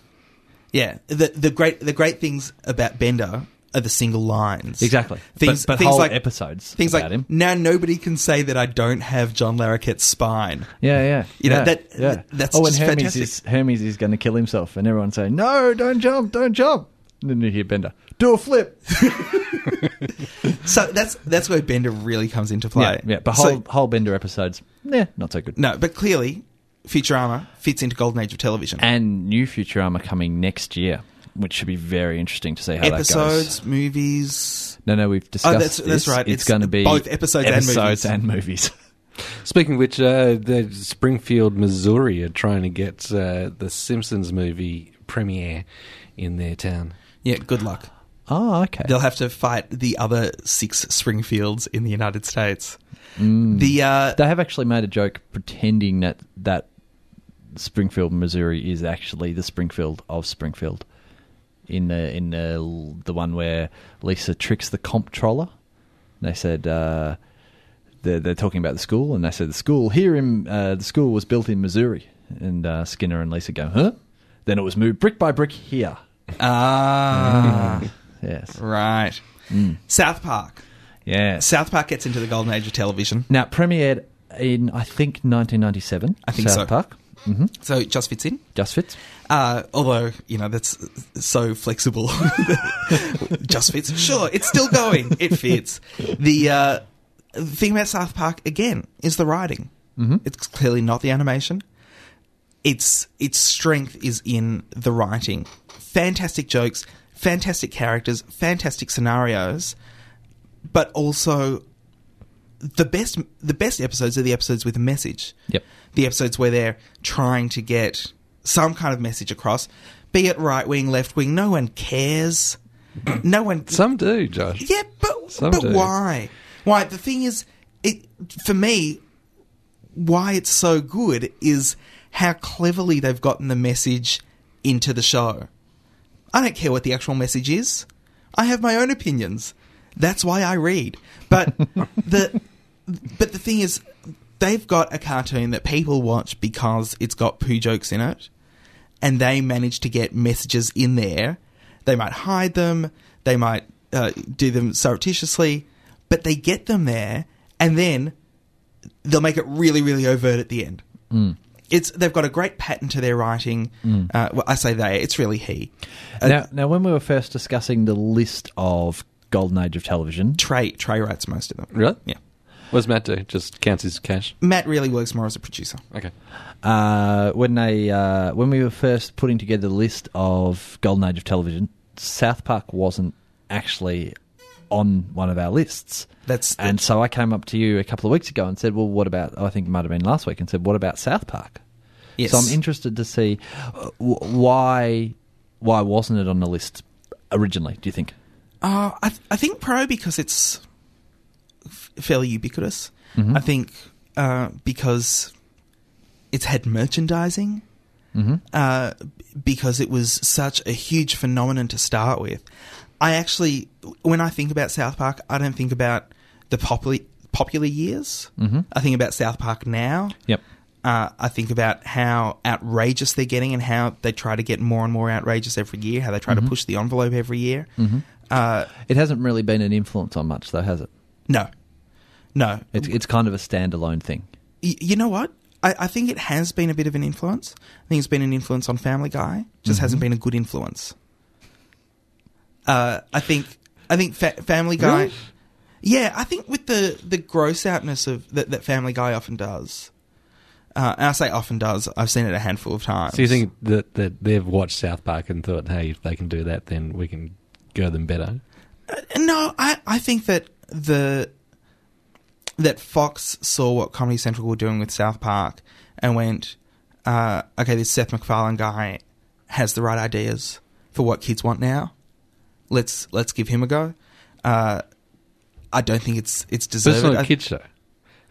B: yeah. The the great the great things about Bender are the single lines.
C: Exactly.
B: Things,
C: but but
B: things
C: whole
B: like
C: episodes
B: Things
C: about
B: like
C: him.
B: now nobody can say that I don't have John Larroquette's spine.
C: Yeah, yeah.
B: You know,
C: yeah,
B: that-
C: yeah.
B: th- that's
C: oh,
B: just
C: and Hermes
B: fantastic.
C: is Hermes is going to kill himself, and everyone's saying, "No, don't jump, don't jump." And then you hear Bender do a flip.
B: So that's that's where Bender really comes into
C: Yeah,
B: play.
C: yeah. But
B: So-
C: whole whole Bender episodes, yeah, not so good.
B: no, but clearly Futurama fits into Golden Age of Television.
C: And new Futurama coming next year, which should be very interesting to see how that goes.
B: episodes, movies.
C: No, no, we've discussed.
B: Oh, that's-
C: this.
B: that's right.
C: It's,
B: It's
C: going to be
B: both episodes and movies.
C: and movies.
D: Speaking of which, uh, the Springfield, Missouri are trying to get uh, the Simpsons movie premiere in their town.
B: Yeah, good luck.
C: oh, okay.
B: They'll have to fight the other six Springfields in the United States.
C: Mm.
B: The uh,
C: They have actually made a joke pretending that that Springfield, Missouri, is actually the Springfield of Springfield. In the in the the one where Lisa tricks the comptroller, And they said uh, they're, they're talking about the school, and they said the school here in uh, the school was built in Missouri, and uh, Skinner and Lisa go, huh? Then it was moved brick by brick here.
B: ah,
C: Yes.
B: Right.
C: Mm.
B: South Park.
C: Yes.
B: South Park gets into the golden age of television,
C: Now, premiered in, I think, 1997.
B: I think
C: South
B: so.
C: Park. hmm
B: so it just fits in.
C: Just fits.
B: Uh, although you know that's so flexible, just fits. Sure, it's still going. It fits. The uh, the thing about South Park again is the writing. Mm-hmm. It's clearly not the animation. Its its strength is in the writing. Fantastic jokes, fantastic characters, fantastic scenarios, but also the best the best episodes are the episodes with a message
C: Yep.
B: the episodes where they're trying to get some kind of message across, be it right wing, left wing, no one cares. No one.
D: Some do, Josh.
B: yeah, but
D: some
B: but
D: do.
B: why? Why? The thing is, it for me, why it's so good is how cleverly they've gotten the message into the show. I don't care what the actual message is. I have my own opinions. That's why I read. But the but the thing is they've got a cartoon that people watch because it's got poo jokes in it and they manage to get messages in there. They might hide them, they might uh, do them surreptitiously, but they get them there and then they'll make it really really overt at the end. It's they've got a great pattern to their writing. Uh, well, I say they. It's really he. Uh,
C: now, now, when we were first discussing the list of golden age of television,
B: Trey Trey writes most of them.
D: Really?
B: Yeah.
D: What does Matt do? Just counts his cash.
B: Matt really works more as a producer.
D: Okay.
C: uh, when they uh, when we were first putting together the list of golden age of television, South Park wasn't actually on one of our lists.
B: That's
C: And so I came up to you a couple of weeks ago and said, "Well, what about?" I think it might have been last week, and said, "What about South Park?"
B: yes.
C: So I'm interested to see uh, wh- why why wasn't it on the list originally? Do you think?
B: Uh, I, th- I think pro because it's f- fairly ubiquitous. I think uh, because it's had merchandising, uh, b- because it was such a huge phenomenon to start with. I actually, when I think about South Park, I don't think about the popular popular years. Mm-hmm. I think about South Park now.
C: Yep.
B: Uh, I think about how outrageous they're getting and how they try to get more and more outrageous every year, how they try
D: Mm-hmm.
B: to push the envelope every year. Uh,
C: It hasn't really been an influence on much, though, has it?
B: no, no.
C: It's it's kind of a standalone thing.
B: Y- you know what? I, I think it has been a bit of an influence. I think it's been an influence on Family Guy.
D: Mm-hmm.
B: Just hasn't been a good influence. Uh, I think. I think fa- Family Guy. Yeah, I think with the the gross outness of that, that Family Guy often does. Uh, and I say often does. I've seen it a handful of times.
D: So you think that, that they've watched South Park and thought, hey, if they can do that, then we can go them better?
B: No, I, I think that the that Fox saw what Comedy Central were doing with South Park and went, uh, okay, this Seth MacFarlane guy has the right ideas for what kids want now. Let's let's give him a go. Uh, I don't think it's it's
D: So it's
B: deserved.
D: not a
B: I-
D: kid's show.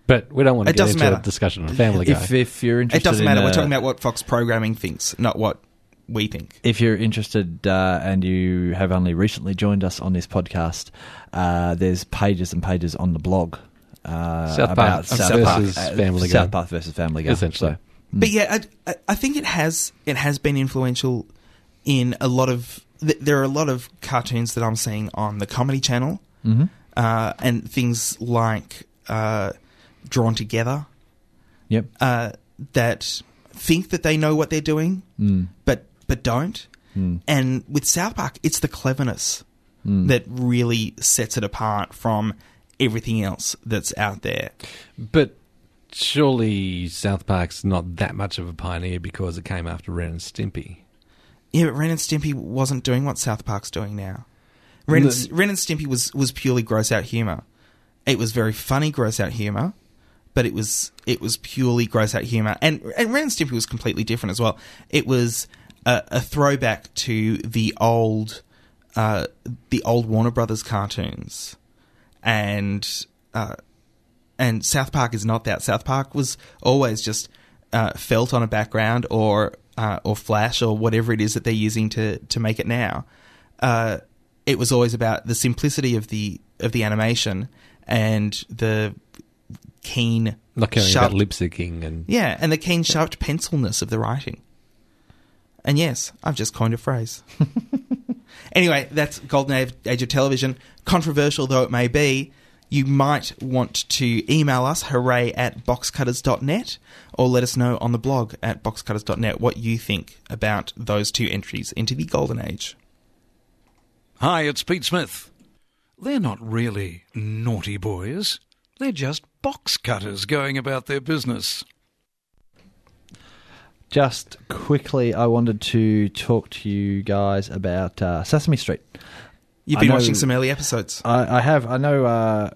D: But we don't want to
B: It
D: get
B: doesn't
D: into a
B: matter.
D: discussion on Family Guy.
C: If if you're
B: it
C: interested,
B: doesn't
C: in,
B: matter. We're
C: uh,
B: talking about what Fox programming thinks, not what we think.
C: If you're interested uh, and you have only recently joined us on this podcast, uh, there's pages and pages on the blog uh,
D: South Park
C: about
D: versus
C: Park, uh,
D: Family Guy.
C: South Park versus Family Guy.
D: Essentially.
C: So,
B: But yeah, I, I- I think it has it has been influential in a lot of. Th- there are a lot of cartoons that I'm seeing on the Comedy Channel,
C: Mm-hmm.
B: uh, and things like uh, Drawn Together
C: yep.
B: uh, that think that they know what they're doing,
C: Mm.
B: but but don't. And with South Park, it's the cleverness that really sets it apart from everything else that's out there.
D: But surely South Park's not that much of a pioneer because it came after Ren and Stimpy.
B: Yeah, but Ren and Stimpy wasn't doing what South Park's doing now. Ren, and,
D: No.
B: Ren and Stimpy was, was purely gross out humor. It was very funny gross out humor, but it was it was purely gross out humor. And and Ren and Stimpy was completely different as well. It was a, a throwback to the old uh, the old Warner Brothers cartoons, and uh, and South Park is not that. South Park was always just uh, felt on a background or uh, or flash or whatever it is that they're using to to make it now. Uh, it was always about the simplicity of the of the animation and the keen,
D: Not caring
B: sharp,
D: about lip syncing and
B: yeah, and the keen, sharp pencilness of the writing. And yes, I've just coined a phrase. Anyway, that's Golden Age- Age of Television. Controversial though it may be, you might want to email us, hooray at boxcutters.net, or let us know on the blog at boxcutters.net what you think about those two entries into the Golden Age.
I: Hi, it's Pete Smith. They're not really naughty boys. They're just box cutters going about their business.
C: Just quickly, I wanted to talk to you guys about uh, Sesame Street.
B: You've
C: I
B: been
C: know-
B: watching some early episodes.
C: I, I have. I know uh,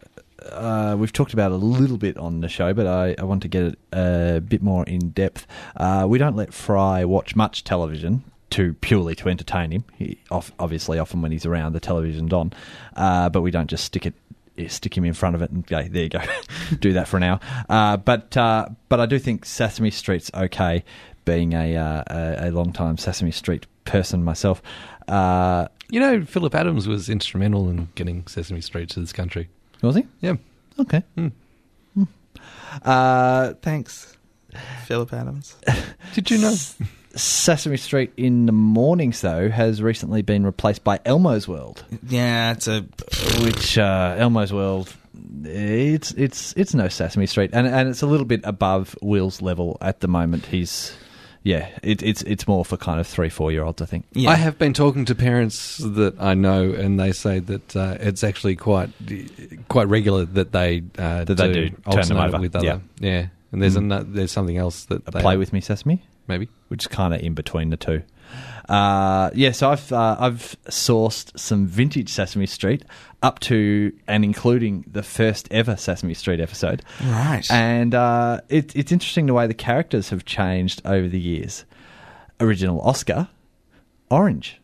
C: uh, we've talked about it a little bit on the show, but I, I want to get it a bit more in depth. Uh, we don't let Fry watch much television to purely to entertain him. He off, obviously often when he's around, the television's on, uh, but we don't just stick it. eh, Stick him in front of it and go. There you go. Do that for an hour. Uh, but uh, but I do think Sesame Street's okay. Being a uh, a, a long time Sesame Street person myself, uh,
D: You know, Philip Adams was instrumental in getting Sesame Street to this country.
C: was he?
D: Yeah.
C: Okay. Hmm. Uh,
B: Thanks, Philip Adams.
D: Did you know?
C: Sesame Street in the mornings, though, has recently been replaced by Elmo's World,
B: Yeah, it's a
C: which uh, Elmo's World it's it's it's no Sesame Street, and and it's a little bit above Will's level at the moment. He's yeah, it, it's it's more for kind of three four year olds, I think.
B: yeah.
D: I have been talking to parents that I know, and they say that uh, it's actually quite quite regular that they uh,
C: That they do turn them
D: alternate
C: over.
D: with other.
C: Yeah.
D: yeah. And there's
C: Mm.
D: ano- there's something else that they
C: Play with me, Sesame.
D: maybe.
C: which is kind of in between the two. Uh, yeah, so I've uh, I've sourced some vintage Sesame Street up to and including the first ever Sesame Street episode,
B: Right.
C: and uh, it, it's interesting the way the characters have changed over the years. Original Oscar, orange,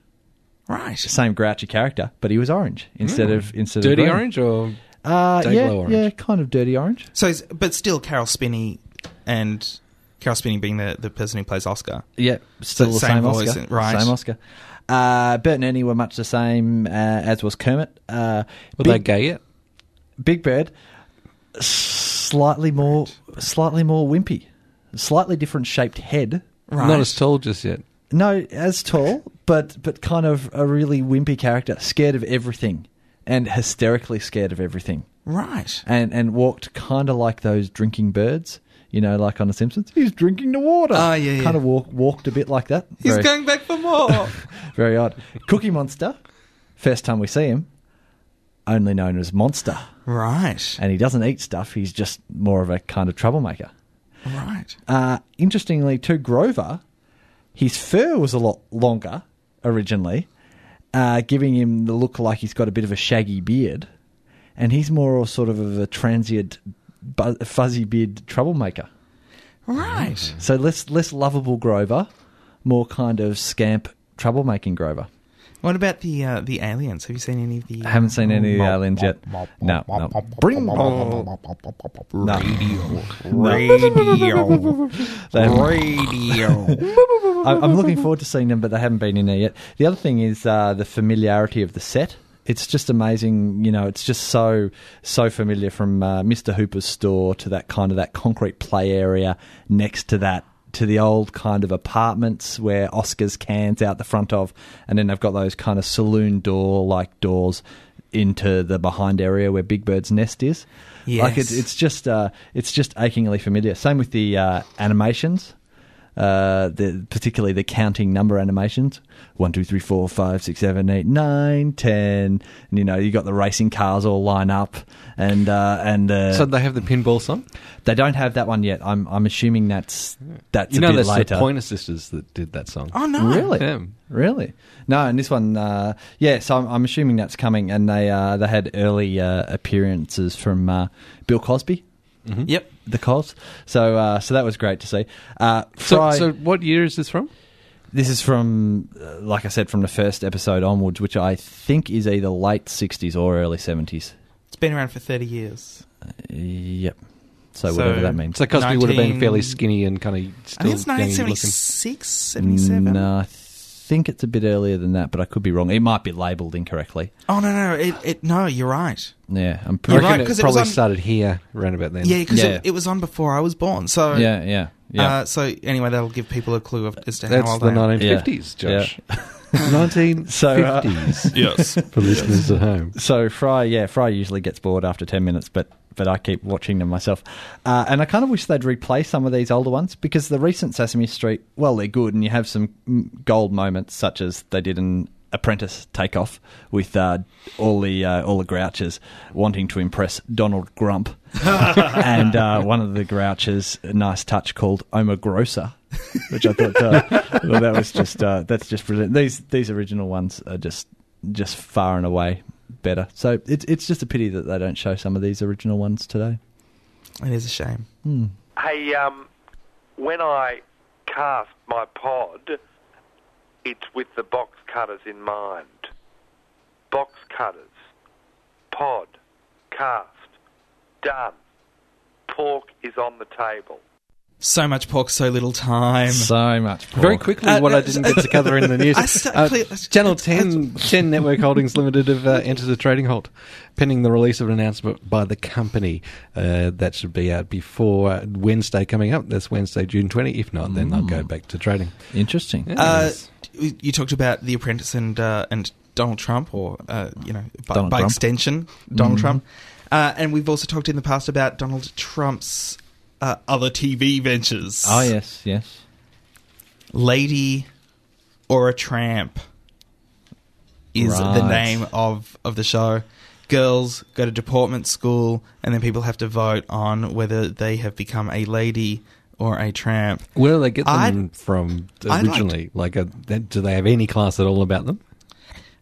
B: right.
C: same grouchy character, but he was orange instead of instead
D: Hmm. Dirty
C: of green.
D: orange or
C: Uh,
D: Day
C: yeah,
D: glow orange.
C: yeah, kind of dirty orange.
B: So, it's- but still, Carol Spinney and Carol Spinney being the, the person who plays Oscar.
C: Yeah,
B: So
C: still the
B: same
C: same,
B: voice,
C: Oscar.
B: right.
C: Same Oscar. Uh, Bert and Ernie were much the same, uh, as was Kermit. Uh,
D: were they
C: Big,
D: gay yet?
C: Big Bird, slightly more, slightly more wimpy, slightly different shaped head.
B: Right.
D: Not as tall just yet.
C: No, as tall, but but kind of a really wimpy character, scared of everything, and hysterically scared of everything,
B: right.
C: and and walked kind of like those drinking birds. You know, like on The Simpsons, he's drinking the water.
B: Ah, yeah, yeah.
C: Kind of walk, walked a bit like that.
B: He's
C: Very-
B: going back for more.
C: Very odd. Cookie Monster, first time we see him, only known as Monster.
B: right.
C: And he doesn't eat stuff, he's just more of a kind of troublemaker.
B: Right.
C: Uh, interestingly, to Grover, his fur was a lot longer originally, uh, giving him the look like he's got a bit of a shaggy beard. And he's more of sort of a transient, bu- fuzzy beard troublemaker.
B: Right.
C: So less, less lovable Grover, more kind of scamp troublemaking Grover.
B: What about the uh, the aliens? Have you seen any of the?
C: I haven't seen any of the aliens yet. No, no. Bring
D: Oh,
C: on no.
B: radio.
C: They haven't-
B: radio.
C: I- I'm looking forward to seeing them, but they haven't been in there yet. The other thing is uh, the familiarity of the set. It's just amazing, you know. It's just so so familiar from uh, Mr. Hooper's store to that kind of that concrete play area next to that to the old kind of apartments where Oscar's cans out the front of, and then they've got those kind of saloon door like doors into the behind area where Big Bird's nest is. Like it's
B: Yes.
C: it's just uh, it's just achingly familiar. Same with the uh, animations, uh, the, particularly the counting number animations: one, two, three, four, five, six, seven, eight, nine, ten. And you know, you got the racing cars all line up, and uh, and uh,
D: So they have the pinball song.
C: they don't have that one yet. I'm I'm assuming that's that's
D: you
C: a
D: know,
C: bit
D: that's
C: later.
D: the Pointer Sisters that did that song.
B: Oh no.
C: Really?
D: Yeah.
C: Really? No, and this one, uh, yeah. So I'm, I'm assuming that's coming, and they uh, they had early uh, appearances from uh, Bill Cosby,
D: Mm-hmm.
B: Yep.
C: the Cos. So uh, so that was great to see. Uh,
D: So,
C: Fry,
D: so what year is this from?
C: this is from, uh, like I said, from the first episode onwards, which I think is either late '60s or early '70s.
B: It's been around for thirty years.
C: Yep. So,
B: So-
C: whatever that means.
D: So Cosby would have been
B: 19
D: fairly skinny and kind of
B: I
D: still
B: think it's
D: young looking.
B: 1976, 77.
C: No, I think it's a bit earlier than that, but I could be wrong. It might be labelled incorrectly.
B: Oh no, no, it, it no. You're right.
C: Yeah, I'm
D: I
C: pretty.
B: You're
D: reckon
B: right,
D: it
B: 'cause it was
D: probably
B: on-
D: started here around about then.
B: Yeah, because
C: Yeah.
B: it, it was on before I was born. So
C: Yeah, yeah, yeah.
D: Uh,
B: Uh, so anyway, that'll give people a clue of, as to
D: That's
B: how old
D: the
B: I am.
D: 1950s,
C: Yeah.
D: Josh. Nineteen
C: So, uh,
D: fifties
B: Yes.
D: for listeners at home.
C: So Fry, yeah, Fry usually gets bored after ten minutes, but but I keep watching them myself, uh, and I kind of wish they'd replay some of these older ones because the recent Sesame Street, well, they're good, and you have some mm, gold moments such as they did in Apprentice Takeoff with uh, all the uh, all the Grouches wanting to impress Donald Grump, and uh, one of the Grouches, a nice touch called Oma Grosser. Which I thought, uh, well, that was just uh, that's just brilliant. These these original ones are just just far and away better. So it's it's just a pity that they don't show some of these original ones today.
B: It is a shame.
J: Hey, um, when I cast my pod, it's with the box cutters in mind. Box cutters, pod, cast, done. Pork is on the table.
B: So much pork, so little time.
C: So much
D: Very quickly,
B: Uh,
D: what
B: uh,
D: I didn't get to cover in the news.
B: I st-
D: Uh,
B: cle-
D: Channel 10, 10 Network Holdings Limited have uh, entered a trading halt pending the release of an announcement by the company. Uh, that should be out before Wednesday coming up. That's Wednesday, June 20. If not, then they'll go back to trading.
C: interesting.
B: Mm. Uh, you you talked about The Apprentice and uh, and Donald Trump, or uh, you know, by,
C: Donald
B: by
C: Trump. Mm-hmm.
B: extension, Donald Trump. Uh, and we've also talked in the past about Donald Trump's uh, other TV ventures.
C: Oh yes, yes.
B: Lady or a Tramp is the
C: Right.
B: name of, of the show. Girls go to deportment school, and then people have to vote on whether they have become a lady or a tramp.
D: Where do they get them
B: I'd-
D: from
B: I'd like
D: originally? Like, uh that do they have any class at all about them?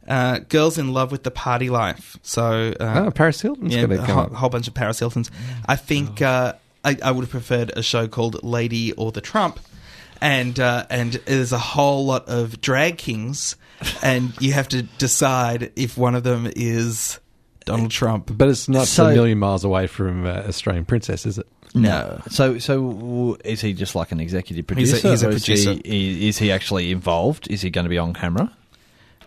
B: Uh, girls in love with the party life. So, uh,
D: oh, Paris Hilton's
B: yeah,
D: going to
B: a
D: come
B: whole,
D: up.
B: whole bunch of Paris Hiltons. I think uh, I, I would have preferred a show called Lady or the Trump, and uh, and there's a whole lot of drag kings, and you have to decide if one of them is Donald Trump.
D: But it's not
C: So-
D: a million miles away from uh, Australian Princess, is it?
B: No,
C: So so w- is he just like an executive
B: He's
C: producer?
B: a- he's a
C: or is he-
B: producer.
C: i- is he actually involved? Is he going to be on camera?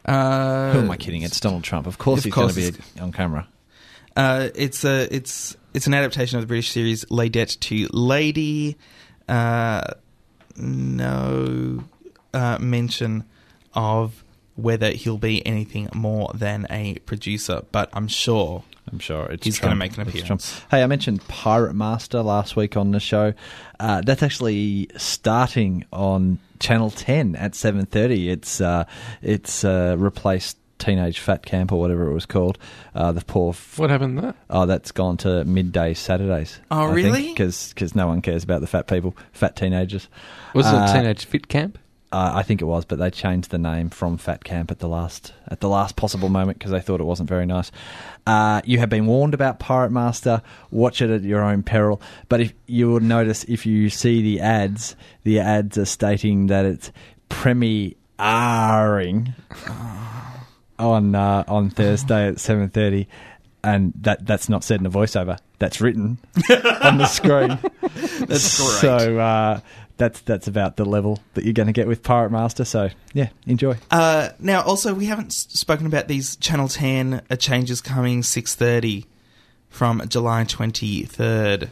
B: uh,
C: Who am I kidding? It's Donald Trump. Of course
B: Of
C: he's
B: course
C: going to be on camera.
B: Uh, it's a it's it's an adaptation of the British series Ladette to Lady. Uh, no uh, mention of whether he'll be anything more than a producer, but I'm sure
C: I'm sure it's
B: He's
C: Trump.
B: gonna make an
C: It's
B: appearance.
C: Trump. Hey, I mentioned Pirate Master last week on the show. Uh, that's actually starting on Channel Ten at seven thirty. It's uh, it's uh, replaced Teenage Fat Camp or whatever it was called. Uh, the poor. F-
D: What happened there?
C: Oh, that's gone to midday Saturdays.
B: Oh, really?
C: Because no one cares about the fat people, fat teenagers.
D: Was it
C: Uh,
D: Teenage Fit Camp?
C: Uh, I think it was, but they changed the name from Fat Camp at the last at the last possible moment because they thought it wasn't very nice. Uh, you have been warned about Pirate Master. Watch it at your own peril. But if you will notice, if you see the ads, the ads are stating that it's premiering on uh, on Thursday at seven thirty, and that that's not said in a voiceover. That's written on the screen.
B: that's great.
C: So uh, that's that's about the level that you're going to get with Pirate Master. So yeah, enjoy.
B: Uh, now, also, we haven't s- spoken about these Channel 10 uh, changes coming 6.30 from July 23rd.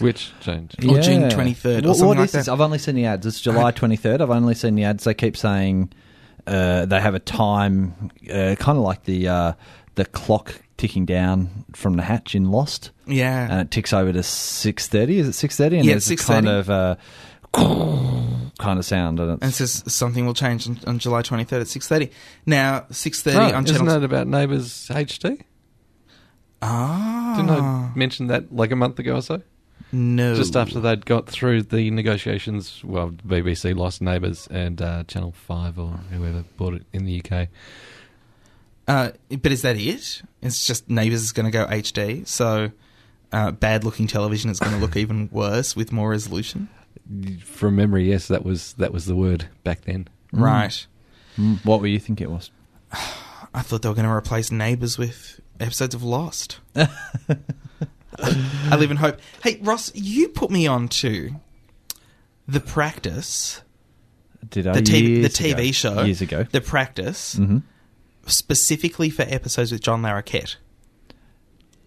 D: Which change?
B: Or June 23rd or
C: What-
B: something
C: what
B: like
C: is this?
B: that.
C: I've only seen the ads. It's July 23rd. I've only seen the ads. They keep saying uh, they have a time, uh, kind of like the uh, the clock ticking down from the hatch in Lost,
B: Yeah.
C: and it ticks over to 6:30. Is it 6:30? And
B: Yeah,
C: there's a
B: 6:30.
C: kind of uh, kind of sound, and
B: and it
C: it's
B: says something will change on, on July 23rd at 6.30. Now, 6.30
D: Right, Oh,
B: on
D: Ah, isn't
B: Channel...
D: that about Neighbours HD?
B: Ah.
D: Didn't I mention that like a month ago or so?
B: No.
D: Just after they'd got through the negotiations, well, BBC lost Neighbours and uh, Channel 5 or whoever bought it in the UK.
B: Uh, but is that it? It's just Neighbours is going to go HD, so uh, bad looking television is going to look even worse with more resolution.
D: From memory, yes, that was that was the word back then.
B: Right.
C: Mm, what were you think it was?
B: I thought they were going to replace Neighbours with episodes of Lost. I live in hope. Hey, Ross, you put me on to The Practice,
C: Did I
B: the, TV, the
C: Oh, years ago.
B: TV show.
C: years ago?
B: The Practice,
C: Mhm.
B: specifically for episodes with John Larroquette.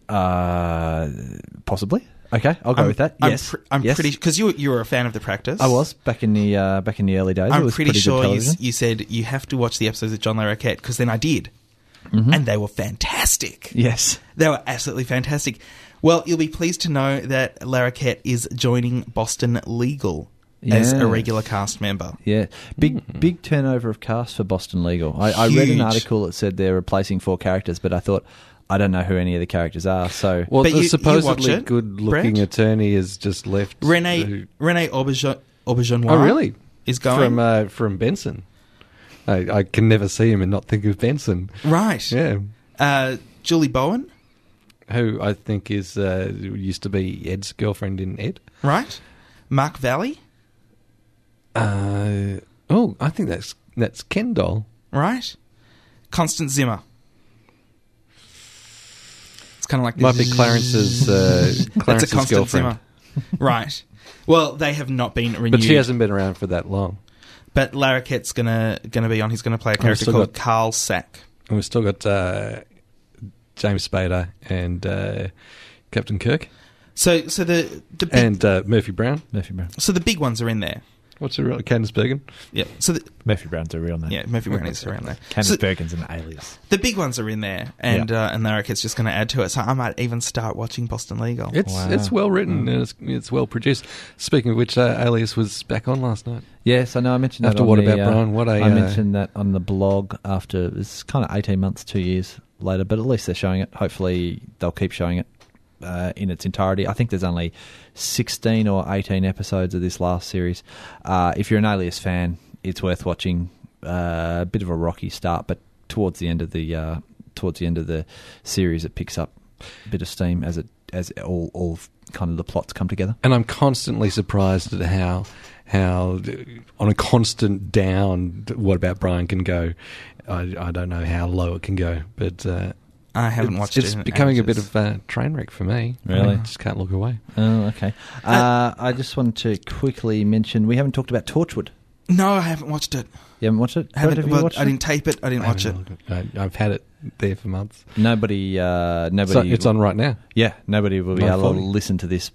C: Uh, possibly. Okay, I'll go
B: I'm-
C: with that.
B: I'm
C: Yes.
B: pre- I'm
C: Yes.
B: pretty because you you were a fan of the practice.
C: I was back in the uh, back in the early days. it
B: I'm
C: was
B: pretty,
C: pretty,
B: sure
C: good
B: you, s-
C: television.
B: you said you have to watch the episodes of John Le Roquette because then I did,
C: Mm-hmm.
B: and they were fantastic.
C: Yes.
B: They were absolutely fantastic. Well, you'll be pleased to know that Larroquette is joining Boston Legal as
C: Yes.
B: a regular cast member.
C: Yeah, big big turnover of cast for Boston Legal. I, I read an
B: Huge.
C: article that said they're replacing four characters, but I thought I don't know who any of the characters are. So
D: Well, the supposedly good-looking attorney has just left.
B: Renee
D: who-
B: Renee Aubergenois.
D: oh, really?
B: Is going
D: from uh, from Benson. I, I can never see him and not think of Benson.
B: right.
D: Yeah,
B: Uh, Julie Bowen.
D: who I think is uh, used to be Ed's girlfriend in Ed.
B: Right. Mark Valley.
D: Uh, oh, I think that's that's Kendall.
B: Right. Constance Zimmer. It's kind of like
D: Might be
B: this-
D: Clarence's, uh, Clarence's
B: That's a Constance
D: girlfriend.
B: Zimmer. right. Well, they have not been renewed.
D: But she hasn't been around for that long.
B: But Larroquette's gonna gonna be on. He's gonna play a character
D: still
B: called
D: got-
B: Carl Sack.
D: And we've still got uh, James Spader and uh, Captain Kirk
B: So so the the big,
D: and uh, Murphy Brown.
C: Murphy Brown.
B: so the big ones are in there.
D: What's her real Candice Bergen?
B: Yeah. So the,
K: Murphy Brown's a real name.
B: yeah, Murphy Brown is around there.
K: Candice
B: So
K: Bergen's an alias.
B: the big ones are in there, and uh, and Larroquette's just gonna add to it. So I might even start watching Boston Legal.
D: It's
C: Wow.
D: it's well written and it's it's well produced. Speaking of which, uh, Alias was back on last night.
C: Yes, I know. I mentioned that
D: After
C: on
D: What
C: the,
D: About
C: uh,
D: Brian? What a,
C: I
D: uh,
C: mentioned that on the blog after it's kind of eighteen months, two years later, but at least they're showing it. Hopefully, they'll keep showing it uh, in its entirety. I think there's only sixteen or eighteen episodes of this last series. Uh, if you're an Alias fan, it's worth watching. Uh, a bit of a rocky start, but towards the end of the uh, towards the end of the series, it picks up a bit of steam as it as all all kind of the plots come together.
D: and I'm constantly surprised at how how uh, on a constant down. What about Brian can go? I, I don't know how low it can go, but uh,
B: I haven't
D: it's,
B: watched it.
D: It's
B: in
D: becoming a bit
B: ages.
D: of a train wreck for me.
C: Really?
D: I just can't look away.
C: Oh, okay. Uh, I just wanted to quickly mention we haven't talked about Torchwood.
B: No, I haven't watched it.
C: You haven't watched it?
B: Haven't,
C: Brett, have you
B: well,
C: watched
B: I
C: it?
B: didn't tape it. I didn't watch it.
D: I, I've had it there for months.
C: Nobody, uh, nobody.
D: So it's on right now.
C: Yeah, nobody will be able to
D: 940.
C: listen to this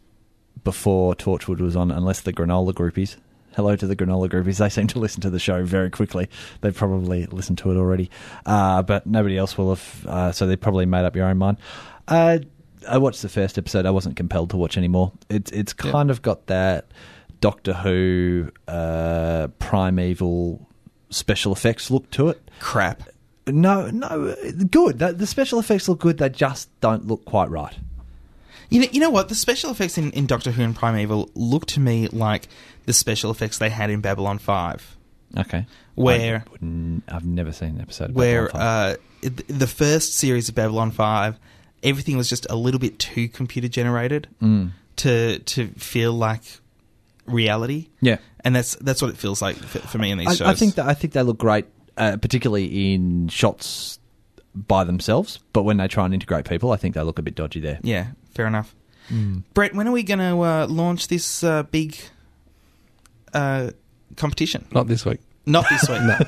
C: before Torchwood was on, unless the granola groupies. Hello to the granola groupies. They seem to listen to the show very quickly. They probably listened to it already, uh, but nobody else will have. Uh, so they probably made up your own mind. Uh, I watched the first episode. I wasn't compelled to watch anymore. It's it's kind of got that Doctor Who uh, primeval special effects look to it.
B: Crap.
C: No, no, good. The, the special effects look good. They just don't look quite right.
B: You know, you know what? The special effects in, in Doctor Who and Primeval look to me like the special effects they had in Babylon Five,
C: Okay.
B: where
C: I wouldn't- I've never seen an episode. Of
B: where
C: Babylon
B: uh, th- the first series of Babylon Five, everything was just a little bit too computer generated
C: Five. Mm.
B: to to feel like reality,
C: yeah,
B: and that's that's what it feels like for, for me in these shows.
C: I, I think that I think they look great, uh, particularly in shots by themselves. But when they try and integrate people, I think they look a bit dodgy there.
B: yeah, fair enough.
D: Hmm.
B: Brett, when are we going to uh, launch this uh, big uh, competition?
D: Not this week.
B: Not this week. no,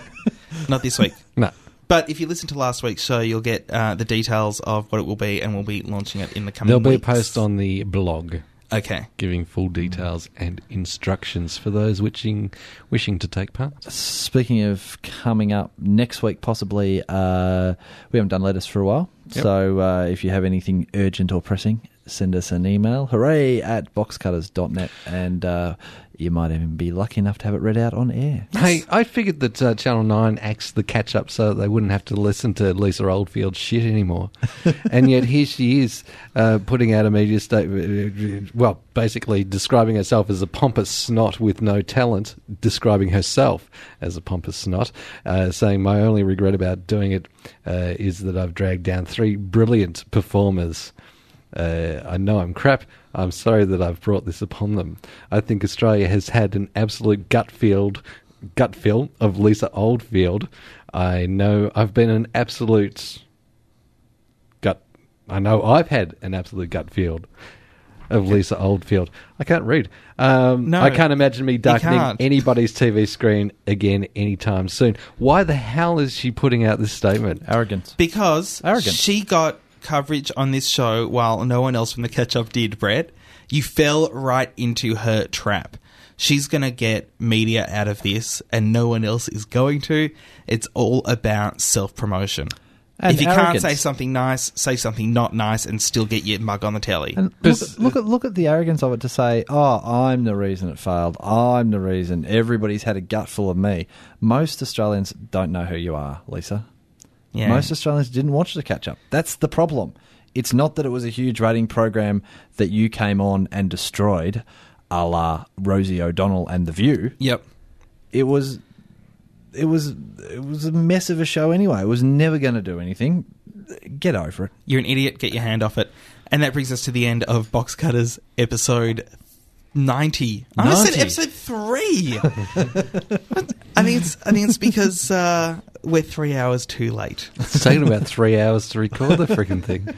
B: not this week.
D: No.
B: But if you listen to last week's show, you'll get uh, the details of what it will be, and we'll be launching it in the coming.
D: There'll be a
B: weeks.
D: post on the blog
B: Okay,
D: giving full details and instructions for those wishing wishing to take part.
C: Speaking of coming up next week, possibly uh, we haven't done letters for a while.
D: Yep.
C: So uh, if you have anything urgent or pressing, send us an email. Hooray at boxcutters.net, and uh, you might even be lucky enough to have it read out on air.
D: Hey, I figured that uh, Channel 9 axed the catch up so that they wouldn't have to listen to Lisa Oldfield shit anymore. and yet here she is uh, putting out a media statement, well, basically describing herself as a pompous snot with no talent, describing herself as a pompous snot, uh, saying, My only regret about doing it uh, is that I've dragged down three brilliant performers. Uh, I know I'm crap. I'm sorry that I've brought this upon them. I think Australia has had an absolute gut field, gut feel of Lisa Oldfield. I know I've been an absolute gut. I know I've had an absolute gut field of Lisa Oldfield. I can't read. Um,
B: No,
D: I can't imagine me darkening
B: can't.
D: anybody's TV screen again anytime soon. Why the hell is she putting out this statement?
C: Arrogance.
B: because
C: Arrogant.
B: she got coverage on this show while no one else from the catch up did, Brett. You fell right into her trap. She's going to get media out of this, and no one else is going to. It's all about self promotion.
C: And
B: If you can't
C: arrogance.
B: say something nice, say something not nice and still get your mug on the telly.
C: Look, at- look at look at the arrogance of it to say, "Oh, I'm the reason it failed. I'm the reason everybody's had a gutful of me." Most Australians don't know who you are, Lisa.
B: Yeah.
C: Most Australians didn't watch the catch up. That's the problem. It's not that it was a huge rating program that you came on and destroyed, a la Rosie O'Donnell and The View.
B: Yep.
C: It was it was it was a mess of a show anyway. It was never going to do anything. Get over it.
B: You're an idiot. Get your hand off it. And that brings us to the end of Box Cutters episode 90. I almost said
A: 90.
B: episode 3. I think it's, I think it's because uh, we're three hours too late.
D: It's taken about three hours to record the freaking thing.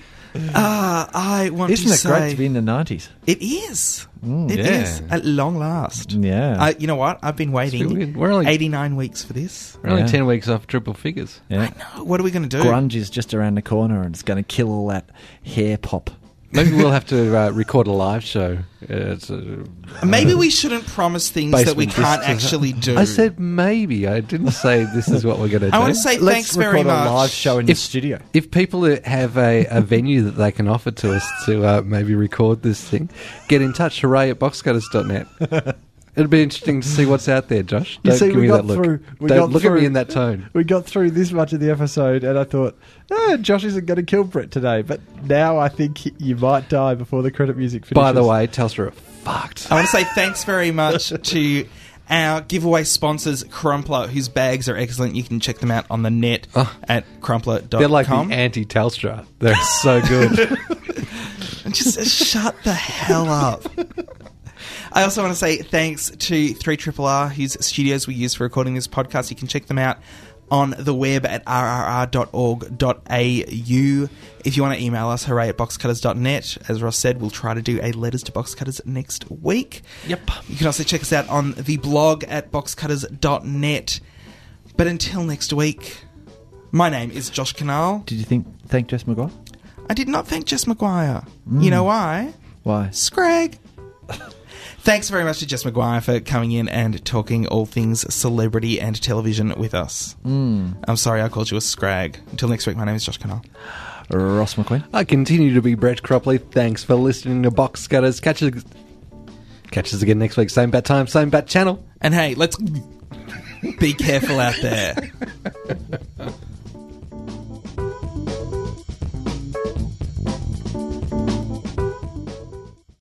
B: Ah, I want
C: Isn't
B: to
C: it great
B: say-
C: to be in the nineties?
B: It is.
C: Mm.
B: It is
C: Yeah.
B: at long last.
C: Yeah.
B: Uh, you know what? I've been
D: It's been-
B: waiting
D: we're only-
B: 89 weeks for this.
D: We're only 10 weeks off triple figures.
C: Yeah.
B: What are we going to do?
C: Grunge is just around the corner and it's going to kill all that hair pop.
D: Maybe we'll have to uh, record a live show. Uh, it's, uh,
B: Maybe we shouldn't promise things that we
D: basement
B: can't
D: disc-
B: actually do.
D: I said maybe. I didn't say this is what we're going to do.
B: I want to say
C: Let's
B: thanks very
C: record
B: much.
C: a live show in the
D: If-
C: studio.
D: If people have a, a venue that they can offer to us to uh, maybe record this thing, get in touch. Hooray at boxcutters.net. It'll be interesting to see what's out there, Josh. Don't give me that look. Don't look at me in that tone.
F: We got through this much of the episode, and I thought, ah, Josh isn't going to kill Brett today. But now I think he- you might die before the credit music finishes.
D: By the way, Telstra are fucked.
B: I want to say thanks very much to our giveaway sponsors, Crumpler, whose bags are excellent. You can check them out on the net at crumpler.com.
D: Ah. They're like the anti Telstra. They're so good.
B: Just shut the hell up. I also want to say thanks to 3RR, whose studios we use for recording this podcast. You can check them out on the web at rrr.org.au. If you want to email us, hooray at boxcutters.net. As Ross said, we'll try to do a letters to boxcutters next week. Yep. You can also check us out on the blog at boxcutters.net. But until next week, my name is Josh Canal.
C: Did you think thank Jess McGuire?
B: I did not thank Jess Maguire. You know why?
C: Why?
B: Scrag. Thanks very much to Jess Maguire for coming in and talking all things celebrity and television with us.
C: Mm.
B: I'm sorry I called you a scrag. Until next week, my name is Josh Canal.
C: Ross McQueen.
D: I continue to be Brett Cropley. Thanks for listening to Box Cutters. Catch us, catch us again next week. Same bat time, same bat channel.
B: And hey, let's be careful out there.